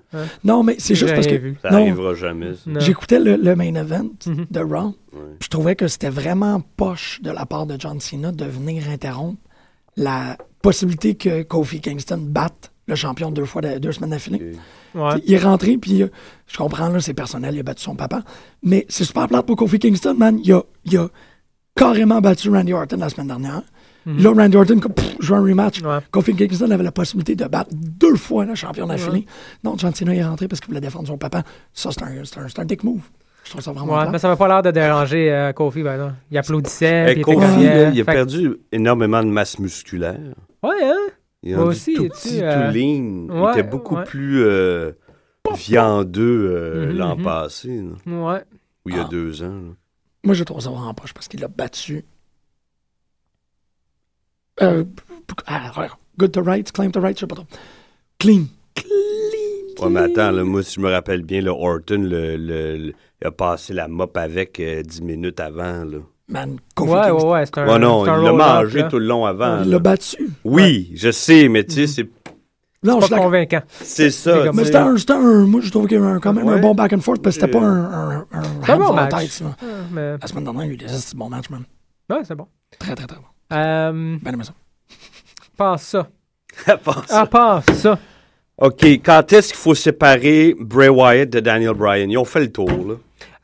C: Non, mais c'est juste
E: J'ai
C: parce que
E: rien vu.
D: Ça
C: Non.
D: arrivera jamais. ça.
E: Non.
C: j'écoutais le, le main event
E: Mhm.
C: de Raw. Je trouvais que c'était vraiment poche de la part de John Cena de venir interrompre la possibilité que Kofi Kingston batte le champion deux fois de- deux semaines d'affilée.
E: Ouais.
C: Il est rentré, puis euh, je comprends, là, c'est personnel, il a battu son papa. Mais c'est super plate pour Kofi Kingston, man. Il a, il a carrément battu Randy Orton la semaine dernière. Là, Randy Orton, comme, pff, je veux un rematch.
E: Mhm. Ouais.
C: Kofi Kingston avait la possibilité de battre deux fois le champion d'affilée. Non, John Cena est rentré parce qu'il voulait défendre son papa. Ça, c'est un, c'est un, c'est un dick move. Je trouve ça vraiment
E: Ouais,
C: plate.
E: mais ça m'a pas l'air de déranger euh, Kofi. Ben, non. Il applaudissait.
D: Eh,
E: puis il était
D: Kofi,
E: comme,
D: là,
E: euh,
D: il a
E: fait-
D: perdu énormément de masse musculaire.
E: Ouais, hein?
D: Il est
E: Moi
D: rendu
E: aussi,
D: tout
E: tu
D: petit,
E: sais,
D: tout
E: euh,
D: lean.
E: ouais,
D: il était beaucoup
E: ouais.
D: plus euh, viandeux euh,
E: Mhm,
D: l'an
E: mhm.
D: passé, là,
E: Ouais.
D: ou il y a
C: Ah.
D: deux ans. là.
C: Moi, je trouve ça vraiment poche parce qu'il a battu. Euh, ah, good to rights, claim to rights, je sais pas trop. Clean. Clean.
D: Ouais, mais attends, là, moi, si je me rappelle bien, le Orton le, le- le- il a passé la mop avec euh, dix minutes avant. Là.
C: Man,
E: Ouais,
C: Kofi
E: ouais,
C: Kingston.
E: ouais. C'est un.
D: oh non,
E: c'est un
D: il l'a
E: roll-up,
D: mangé
E: là.
D: tout le long avant.
C: Il
D: là.
C: l'a battu.
D: Oui, je sais, mais tu sais, c'est-
C: Non, je
E: Pas
C: suis d'accord.
E: convaincant.
D: c'est ça.
E: Mhm. comme-
D: tu
C: Mais
D: sais.
C: c'était un, c'était un- Moi, je trouve qu'il y a eu un- quand même un
D: Ouais.
C: bon back and forth parce que c'était
D: Euh,
C: pas un. un, un
E: c'est un bon
C: handful of
E: match.
C: tights, là.
E: Ah, mais-
C: La semaine dernière, il y a eu des assez bons matchs, man.
E: Ouais, c'est bon.
C: Très, très, très bon.
E: Euh,
C: Ben, aimé ça.
E: passe ça.
D: À part ça.
E: Ah, passe ça.
D: OK, quand est-ce qu'il faut séparer Bray Wyatt de Daniel Bryan? Ils ont fait le tour, là.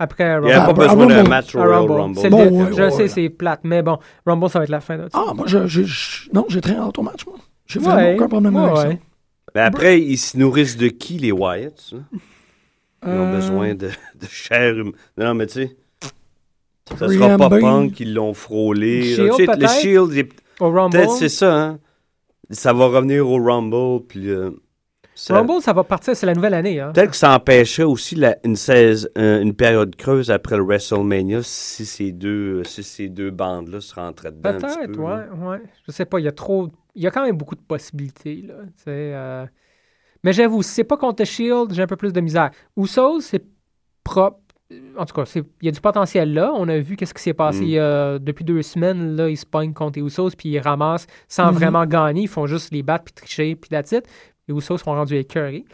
E: Après
D: Il n'y a
E: Rumble.
D: pas
C: Ah,
D: besoin d'un
C: Rumble.
D: match
E: Ah,
D: Royal
E: Rumble.
D: Rumble.
E: C'est
C: Bon,
E: le-
C: ouais,
E: je
C: ouais,
E: sais,
C: ouais.
E: c'est plate, mais bon, Rumble, ça va être la fin. Là, tu sais.
C: Ah, moi, je, je- je- Non, j'ai très hâte au match, moi. J'ai
E: Ouais,
C: Ah, vraiment aucun problème avec
E: ouais,
C: ça.
E: ouais.
D: Mais après, ils se nourrissent de qui, les Wyatt? ça? Ils
E: Euh.
D: ont besoin de, de chair humaine. Non, mais tu sais, ça sera pas
C: Priam Bane.
D: punk qu'ils l'ont frôlé.
E: Shield,
D: là. Tu sais, le
E: peut-être?
D: Shield, il est
E: Au Rumble,
D: peut-être c'est ça, hein? Ça va revenir au Rumble, puis... euh, ça-
E: Rumble, ça va partir, c'est la nouvelle année. Hein.
D: Peut-être que ça empêchait aussi la- une, saison- euh, une période creuse après le WrestleMania si ces deux, si ces deux bandes-là se rentraient dedans. un petit
E: Peut-être,
D: peu, là.
E: ouais, ouais. Je sais pas, il y a trop. Il y a quand même beaucoup de possibilités, là. tu sais, euh. Mais j'avoue, si c'est pas contre The Shield, j'ai un peu plus de misère. Usos, c'est propre. En tout cas, c'est- il y a du potentiel là. On a vu qu'est-ce qui s'est passé
D: Mm.
E: euh, depuis deux semaines. Là, ils se pognent contre les Usos, puis ils ramassent sans
D: Mm-hmm.
C: Mhm.
E: vraiment gagner. Ils font juste les battre, puis tricher, puis la titre. Les Usos sont rendus écœurés.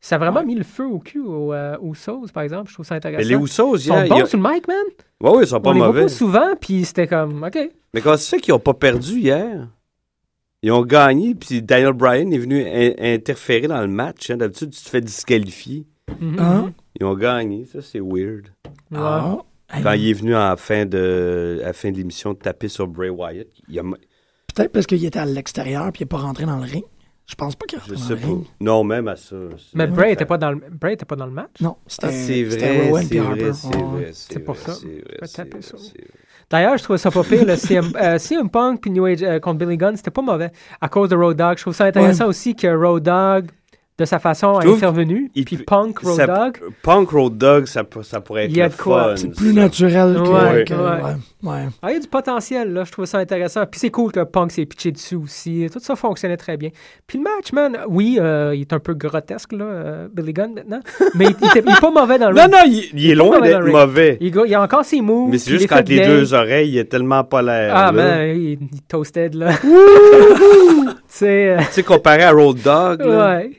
E: Ça a vraiment mis le feu au cul aux euh, Usos, par exemple. Je trouve ça intéressant.
D: Mais les Usos,
E: ils sont
D: hier, il y
E: bons
D: a-
E: sur le mic, man.
D: Ouais, oui, ils sont pas
E: On les voit
D: mauvais.
E: pas souvent, puis c'était comme, OK.
D: Mais quand c'est qu'ils n'ont pas perdu hier? Ils ont gagné, puis Daniel Bryan est venu in- interférer dans le match. hein. D'habitude, tu te fais disqualifier.
E: Mhm,
C: Hein?
E: mhm.
D: Ils ont gagné, ça c'est weird.
E: Ouais.
C: Ah.
E: Ben
C: Hey,
D: Quand il est venu à la fin de, à la fin de l'émission taper sur Bray Wyatt, il a,
C: Peut-être parce qu'il était à l'extérieur puis il n'est pas rentré dans le ring. Je pense pas qu'il est
D: je
C: rentré dans
D: sais
C: le
D: pas.
C: ring.
D: Non, même à ça. c'est-
E: Mais Bray était pas dans le Bray était pas dans le match.
C: Non,
D: Ah,
C: c'était
D: c'est
C: c'était
D: vrai,
C: Rowan
D: c'est
C: puis Harper.
D: vrai, c'est
C: Ouais.
D: vrai.
E: C'est pour
D: vrai,
E: ça.
D: c'est vrai,
E: peux
D: c'est
E: taper
D: vrai,
E: ça.
D: c'est vrai.
E: D'ailleurs, je trouvais ça pas pire. le CM, euh, CM Punk puis New Age euh, contre Billy Gunn, c'était pas mauvais à cause de Road Dogg. Je trouve ça intéressant aussi que Road Dogg de sa façon
D: Je trouve
E: intervenue.
D: il
E: Puis
D: peut-
E: Punk Road
D: ça-
E: Dog,
D: Punk Road Dog, ça, peut- ça pourrait être
E: Il y a
D: le
E: de quoi.
D: fun.
C: C'est plus
D: ça.
C: naturel que.
E: Ouais,
C: que-
E: ouais.
C: ouais.
E: Ah, il y a du potentiel, là. Je trouve ça intéressant. Puis c'est cool que Punk s'est pitché dessus aussi. Tout ça fonctionnait très bien. Puis le match, man, oui, euh, il est un peu grotesque, là, euh, Billy Gunn, maintenant. Mais il, il était- il est pas mauvais dans le
D: Non,
E: ring.
D: non, il, il est loin
E: mauvais dans
D: d'être
E: le ring.
D: mauvais.
E: Il, go- il a encore ses moves.
D: Mais c'est
E: puis
D: juste
E: il fait
D: qu'entre les
E: bien.
D: deux oreilles, il est tellement pas l'air. là.
E: Ah, man, il, il toasted, là. c'est... euh,
D: Tu sais, comparé à Road Dog, là.
E: ouais.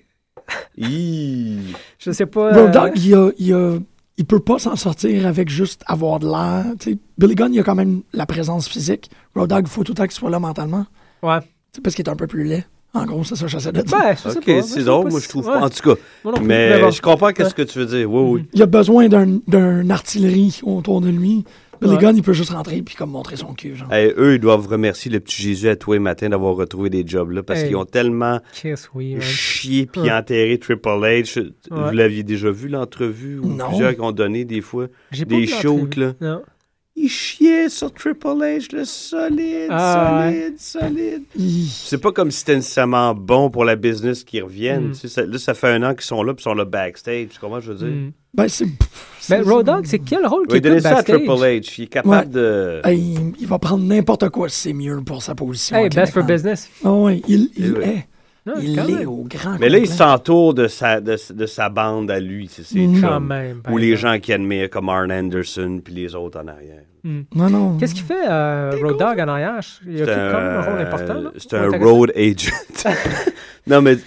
D: Hi.
E: Je sais pas...
C: Road
E: euh,
C: Dogg, il, a- il a- il peut pas s'en sortir avec juste avoir de l'air. Tu sais, Billy Gunn, il a quand même la présence physique. Road Dogg, il faut tout le temps qu'il soit là mentalement.
E: Ouais.
C: Tu sais, parce qu'il est un peu plus laid. En gros, c'est ça que j'essaie de dire.
E: Ben, je sais
D: Ok,
E: pas.
D: c'est drôle, moi je trouve pas. En tout cas,
E: Mais,
D: mais
E: bon. Mm-hmm.
D: je comprends qu'est-ce que tu veux dire. Oui, oui.
C: Il a besoin d'un- d'un artillerie autour de lui. Billy
E: Ouais.
C: Gunn, il peut juste rentrer puis comme montrer son cul. Genre.
D: Hey, eux, ils doivent remercier le petit Jésus à tous les matins d'avoir retrouvé des jobs là parce
E: Hey.
D: qu'ils ont tellement
E: Kiss, oui, man.
D: chié puis
E: Ouais.
D: enterré Triple H.
E: Ouais.
D: Vous l'aviez déjà vu l'entrevue ou
C: Non.
D: plusieurs qui ont donné des fois.
E: J'ai
D: Des
E: vu l'entrevue.
D: shoots, là.
C: Ben,
E: Non.
D: Ils chiaient sur Triple H, le solide,
E: Ah,
D: solide, solide.
C: Il-
D: C'est pas comme si c'était nécessairement bon pour la business qu'ils reviennent.
E: Mm.
D: tu sais, ça- là, ça fait un an qu'ils sont là puis ils sont là backstage. Comment je veux dire?
E: Mm.
C: ben, c'est.
E: Mais
C: c'est-
E: Road Dogg, c'est quel rôle
D: Oui,
E: qu'il a
D: donnez ça à
E: backstage?
D: Triple H. Il est capable de.
C: Hey, Ben, il, il va prendre n'importe quoi si c'est mieux pour sa position.
E: Hey,
C: avec
E: best
C: les
E: for
C: McMahon.
E: business.
C: Ah ouais, il, il
D: Eh oui.
C: est.
E: Non,
C: Il
E: quand
C: est
E: même.
C: au grand.
D: Mais là, il
C: complet.
D: s'entoure de sa, de, de sa bande à lui, c'est ses
C: Mm.
D: chums.
E: Quand même. ben, par
D: Ou les
E: exemple.
D: gens qui admirent comme Arn Anderson puis les autres en arrière.
C: Non, non.
E: Qu'est-ce qu'il fait, euh, Road Dogg, en arrière? Il a
D: C'est
E: quand
D: un,
E: même un rôle
D: euh,
E: important. là.
D: C'est un
E: Intéressant.
D: road agent. non, mais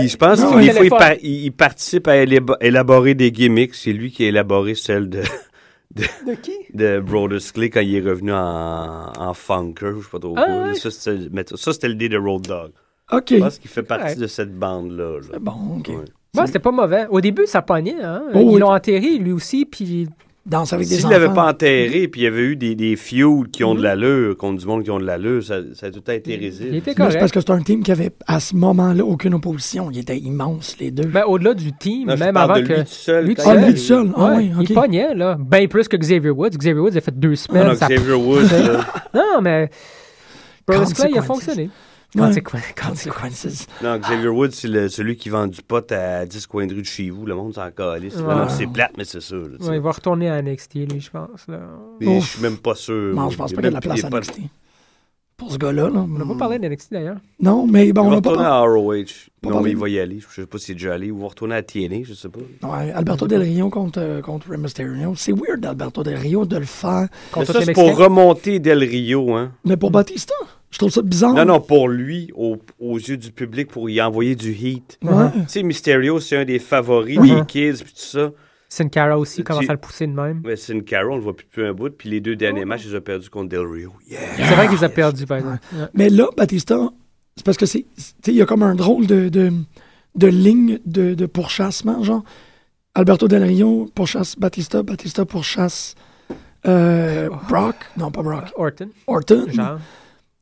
D: il- je pense
C: Non,
D: que des
E: il
D: fois, il,
E: téléphone.
D: par- il- il participe à éléba- élaborer des gimmicks. C'est lui qui a élaboré celle de,
E: De qui?
D: de Brodus Clay quand il est revenu en, en funker. Je sais pas trop.
E: Ah,
D: quoi.
E: ouais.
D: Ça, c'était- mais ça, c'était l'idée de Road Dog.
C: Ok.
D: Je pense qu'il fait partie
E: correct.
D: de cette bande-là. là.
C: Bon, ok.
D: Ouais.
E: Moi, Ben, c'était pas mauvais. Au début, ça pognait. Hein?
C: Oh,
E: Ils
C: oui.
E: l'ont enterré, lui aussi, puis...
C: Danse avec des
D: S'il
C: enfants.
D: l'avait pas enterré, puis il y avait eu des, des feuds qui ont de l'allure, contre du monde qui ont de l'allure, ça, ça a tout le temps été
E: Mm-hmm. Il
D: risible.
E: était
C: Non, c'est parce
E: correct.
C: que c'est un team qui avait à ce moment-là aucune opposition. Ils étaient immenses, les deux.
E: Mais Ben, au-delà du team,
D: Non, je
E: même
D: parle
E: avant
D: de
E: que...
D: lui tout seul.
E: lui tout
D: quand
C: ah,
D: il
E: seul.
D: est
C: lui tout seul. Ah,
E: Ben, Ouais,
C: oui, ok.
E: Il pognait, là. Bien plus que Xavier Woods. Xavier Woods a fait deux semaines.
D: arrivé. Ah Non, non,
E: ça-
D: Xavier Woods, là.
E: Non, mais... Brodus Clay, il a
C: Consequences.
E: fonctionné.
C: Ouais.
E: Quand c'est quoi? Quand c'est quoi?
C: Consequences.
D: Non, Xavier Woods, c'est le- celui qui vend du pot à 10 coins de rue de chez vous. Le monde s'en calisse.
E: Ouais.
D: Non, non, C'est plate, mais c'est sûr. là, tu sais.
E: Ouais, il va retourner à NXT, lui, je pense. Là.
D: Mais Je
C: Ouf.
D: suis même pas sûr.
C: Non,
D: moi.
C: je pense
D: Il y
C: pas qu'il y a de la
D: même-
C: place
D: il y
C: à
D: a pas de-
C: NXT. Pour ce gars-là, là.
E: On n'a pas parlé de NXT, d'ailleurs.
C: Non, mais bon,
D: Il
C: on
D: va
C: n'a pas
D: retourner
C: parlé.
D: à ROH.
C: Pas
D: Non,
C: parlé.
D: mais il va y aller. Je sais pas s'il est déjà allé. Ou va retourner à TNA, je sais pas.
C: Ouais, Alberto Del Rio contre, euh, contre Rey Mysterio. C'est weird, Alberto Del Rio, de le faire.
D: Mais
E: Contre
D: ça,
E: les
D: c'est pour
E: Mexicains.
D: remonter Del Rio, hein.
C: Mais pour Batista, je trouve ça bizarre.
D: Non, non, pour lui, au- aux yeux du public, pour y envoyer du heat.
C: Ouais.
D: Tu sais, Mysterio, c'est un des favoris
E: Mhm.
D: des kids, puis tout ça.
E: Sin Cara aussi
D: Tu-
E: commence à le pousser de même.
D: Mais Sin Cara, on le voit plus depuis un bout. Puis les deux
C: Oh.
D: derniers matchs, ils ont perdu contre Del Rio. Yeah!
E: C'est vrai qu'ils ont perdu, par exemple. Ouais.
C: Mais là, Batista, c'est parce que c'est. tu sais, il y a comme un drôle de, de, de ligne de, de pourchassement, genre. Alberto Del Rio pourchasse Batista, Batista pourchasse euh, Brock, non pas Brock,
E: Orton,
C: Orton.
E: genre.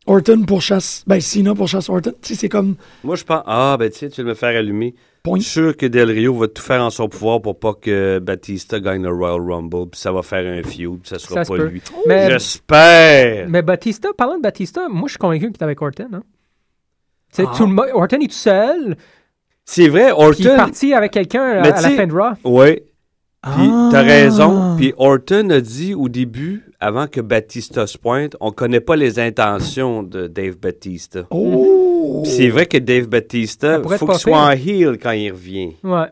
C: Orton pourchasse, ben Cena pourchasse Orton. Tu sais, c'est comme.
D: Moi, je pense, ah, ben tu sais, tu veux me faire allumer.
C: Point.
D: Je suis sûr que Del Rio va tout faire en son pouvoir pour pas que Batista gagne le Royal Rumble, puis ça va faire un feud, puis ça sera
E: Ça se
D: pas
E: peut.
D: lui.
E: Mais-
D: J'espère!
E: Mais Batista, parlant de Batista, moi je suis convaincu qu'il est avec Orton. Hein. Tu sais,
C: Ah.
E: Tout le mo- Orton est tout seul,
D: C'est vrai,
E: puis il est
D: Orton.
E: parti avec quelqu'un à,
D: Mais
E: à la
D: tu-
E: fin de Raw.
D: Oui. Puis
C: Ah.
D: t'as raison. Puis Orton a dit au début, avant que Batista se pointe, on connaît pas les intentions de Dave Batista.
C: Oh!
D: Puis c'est vrai que Dave Batista,
E: Ça pourrait
D: faut
E: être
D: qu'il
E: pas
D: soit en heel quand il revient.
E: Ouais.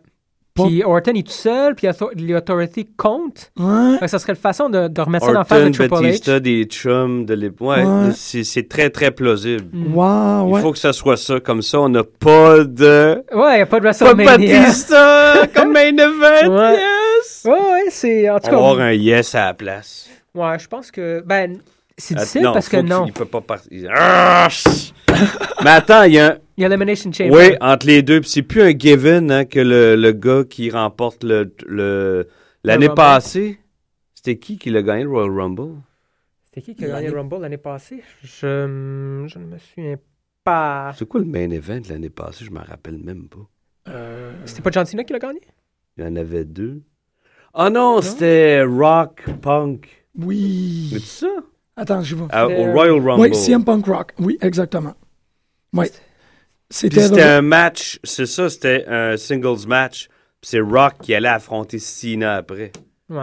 C: Pas-
E: Puis Orton est tout seul, puis l'author- l'autorité compte.
C: Ouais.
E: Fait que ça serait une façon de, de remettre ça en face de
D: Orton,
E: Triple
D: Batista,
E: H.
D: des chums, de l'époque. Ouais,
C: Ouais.
D: c'est c'est très, très plausible.
C: Wow,
D: Hmm. Il
C: ouais.
D: faut que ça soit ça. Comme ça, on n'a pas de...
E: Ouais, il a pas de
D: Pas
E: WrestleMania.
D: Batista comme main event,
E: Ouais.
D: yes!
E: Ouais, ouais, c'est. En
D: On
E: tout
D: va
E: cas.
D: avoir un yes à la place.
E: Ouais, je pense que. Ben, c'est difficile
D: Att-
E: parce que
D: Euh, faut
E: non.
D: Il peut pas partir. Ah, ch- Mais attends, il y a un...
E: Il y a l'Elimination Chamber.
D: Oui, entre les deux. Puis c'est plus un given hein, que le, le gars qui remporte le... le... L'année
E: Rumble.
D: passée, c'était qui qui l'a gagné le Royal Rumble?
E: C'était qui qui a gagné le Rumble l'année passée? Je, je ne me souviens pas.
D: C'est quoi le main event de l'année passée? Je m'en rappelle même pas.
E: C'était pas John Cena qui l'a gagné?
D: Il y en avait deux. Ah non, c'était Rock Punk.
C: Oui.
D: C'est ça?
C: Attends, je vais.
D: À-
E: C'était-
D: au Royal Rumble.
C: Oui, CM Punk Rock. Oui, exactement. Oui.
D: Puis
C: C'était
D: c'était un match, c'est ça, c'était un singles match. Puis c'est Rock qui allait affronter Cena après.
E: Ouais.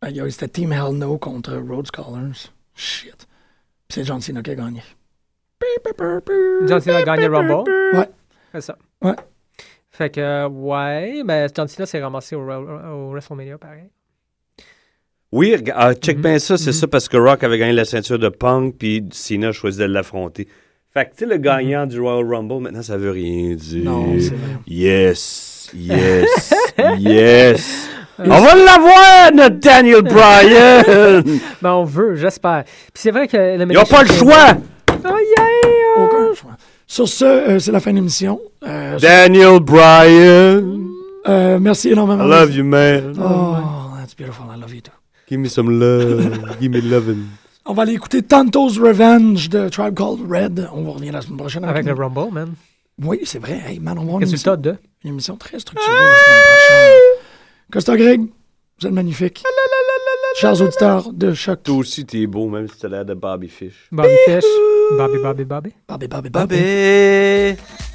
C: Aïe, aïe, Ah, c'était Team Hell No contre Rhodes Collins. Shit. Puis c'est John Cena qui a gagné.
E: John Cena a gagné Rumble.
C: Ouais.
E: C'est ça.
C: Ouais.
E: Fait que, euh, ouais, ben John Cena s'est ramassé au, Ra- au WrestleMania, pareil.
D: Oui, rega- ah, check
E: Mhm.
D: bien ça, c'est ça parce que Rock avait gagné la ceinture de Punk, puis Cena choisit de l'affronter. Fait que, tu sais, le gagnant du Royal Rumble, maintenant, ça veut rien dire.
C: Non, c'est vrai.
D: Yes, yes, yes. On va l'avoir, notre Daniel Bryan!
E: Ben, on veut, j'espère. Puis c'est vrai que le
D: Ils ont pas le choix!
E: Oh, yeah!
C: Aucun choix. Sur ce, euh, c'est la fin de l'émission. Euh,
D: Daniel Bryan!
C: euh, merci énormément.
D: I love you, man.
C: Oh, that's beautiful. I love you too.
D: Give me some love. Give me loving.
C: On va aller écouter Tanto's Revenge de Tribe Called Red. On va revenir la semaine prochaine.
E: Avec le
C: une-
E: Rumble, man.
C: Oui, c'est vrai. Hey, man, on va avoir une, émission,
E: Résultat de.
C: une émission très structurée la semaine prochaine. Costa Greg, vous êtes magnifique. Chers auditeurs de Choc.
D: Toi aussi, t'es beau, même si t'as l'air de Bobby Fish.
E: Bobby Fish. Bobby, Bobby, Bobby.
C: Babé, babé, babé.
D: Bobby!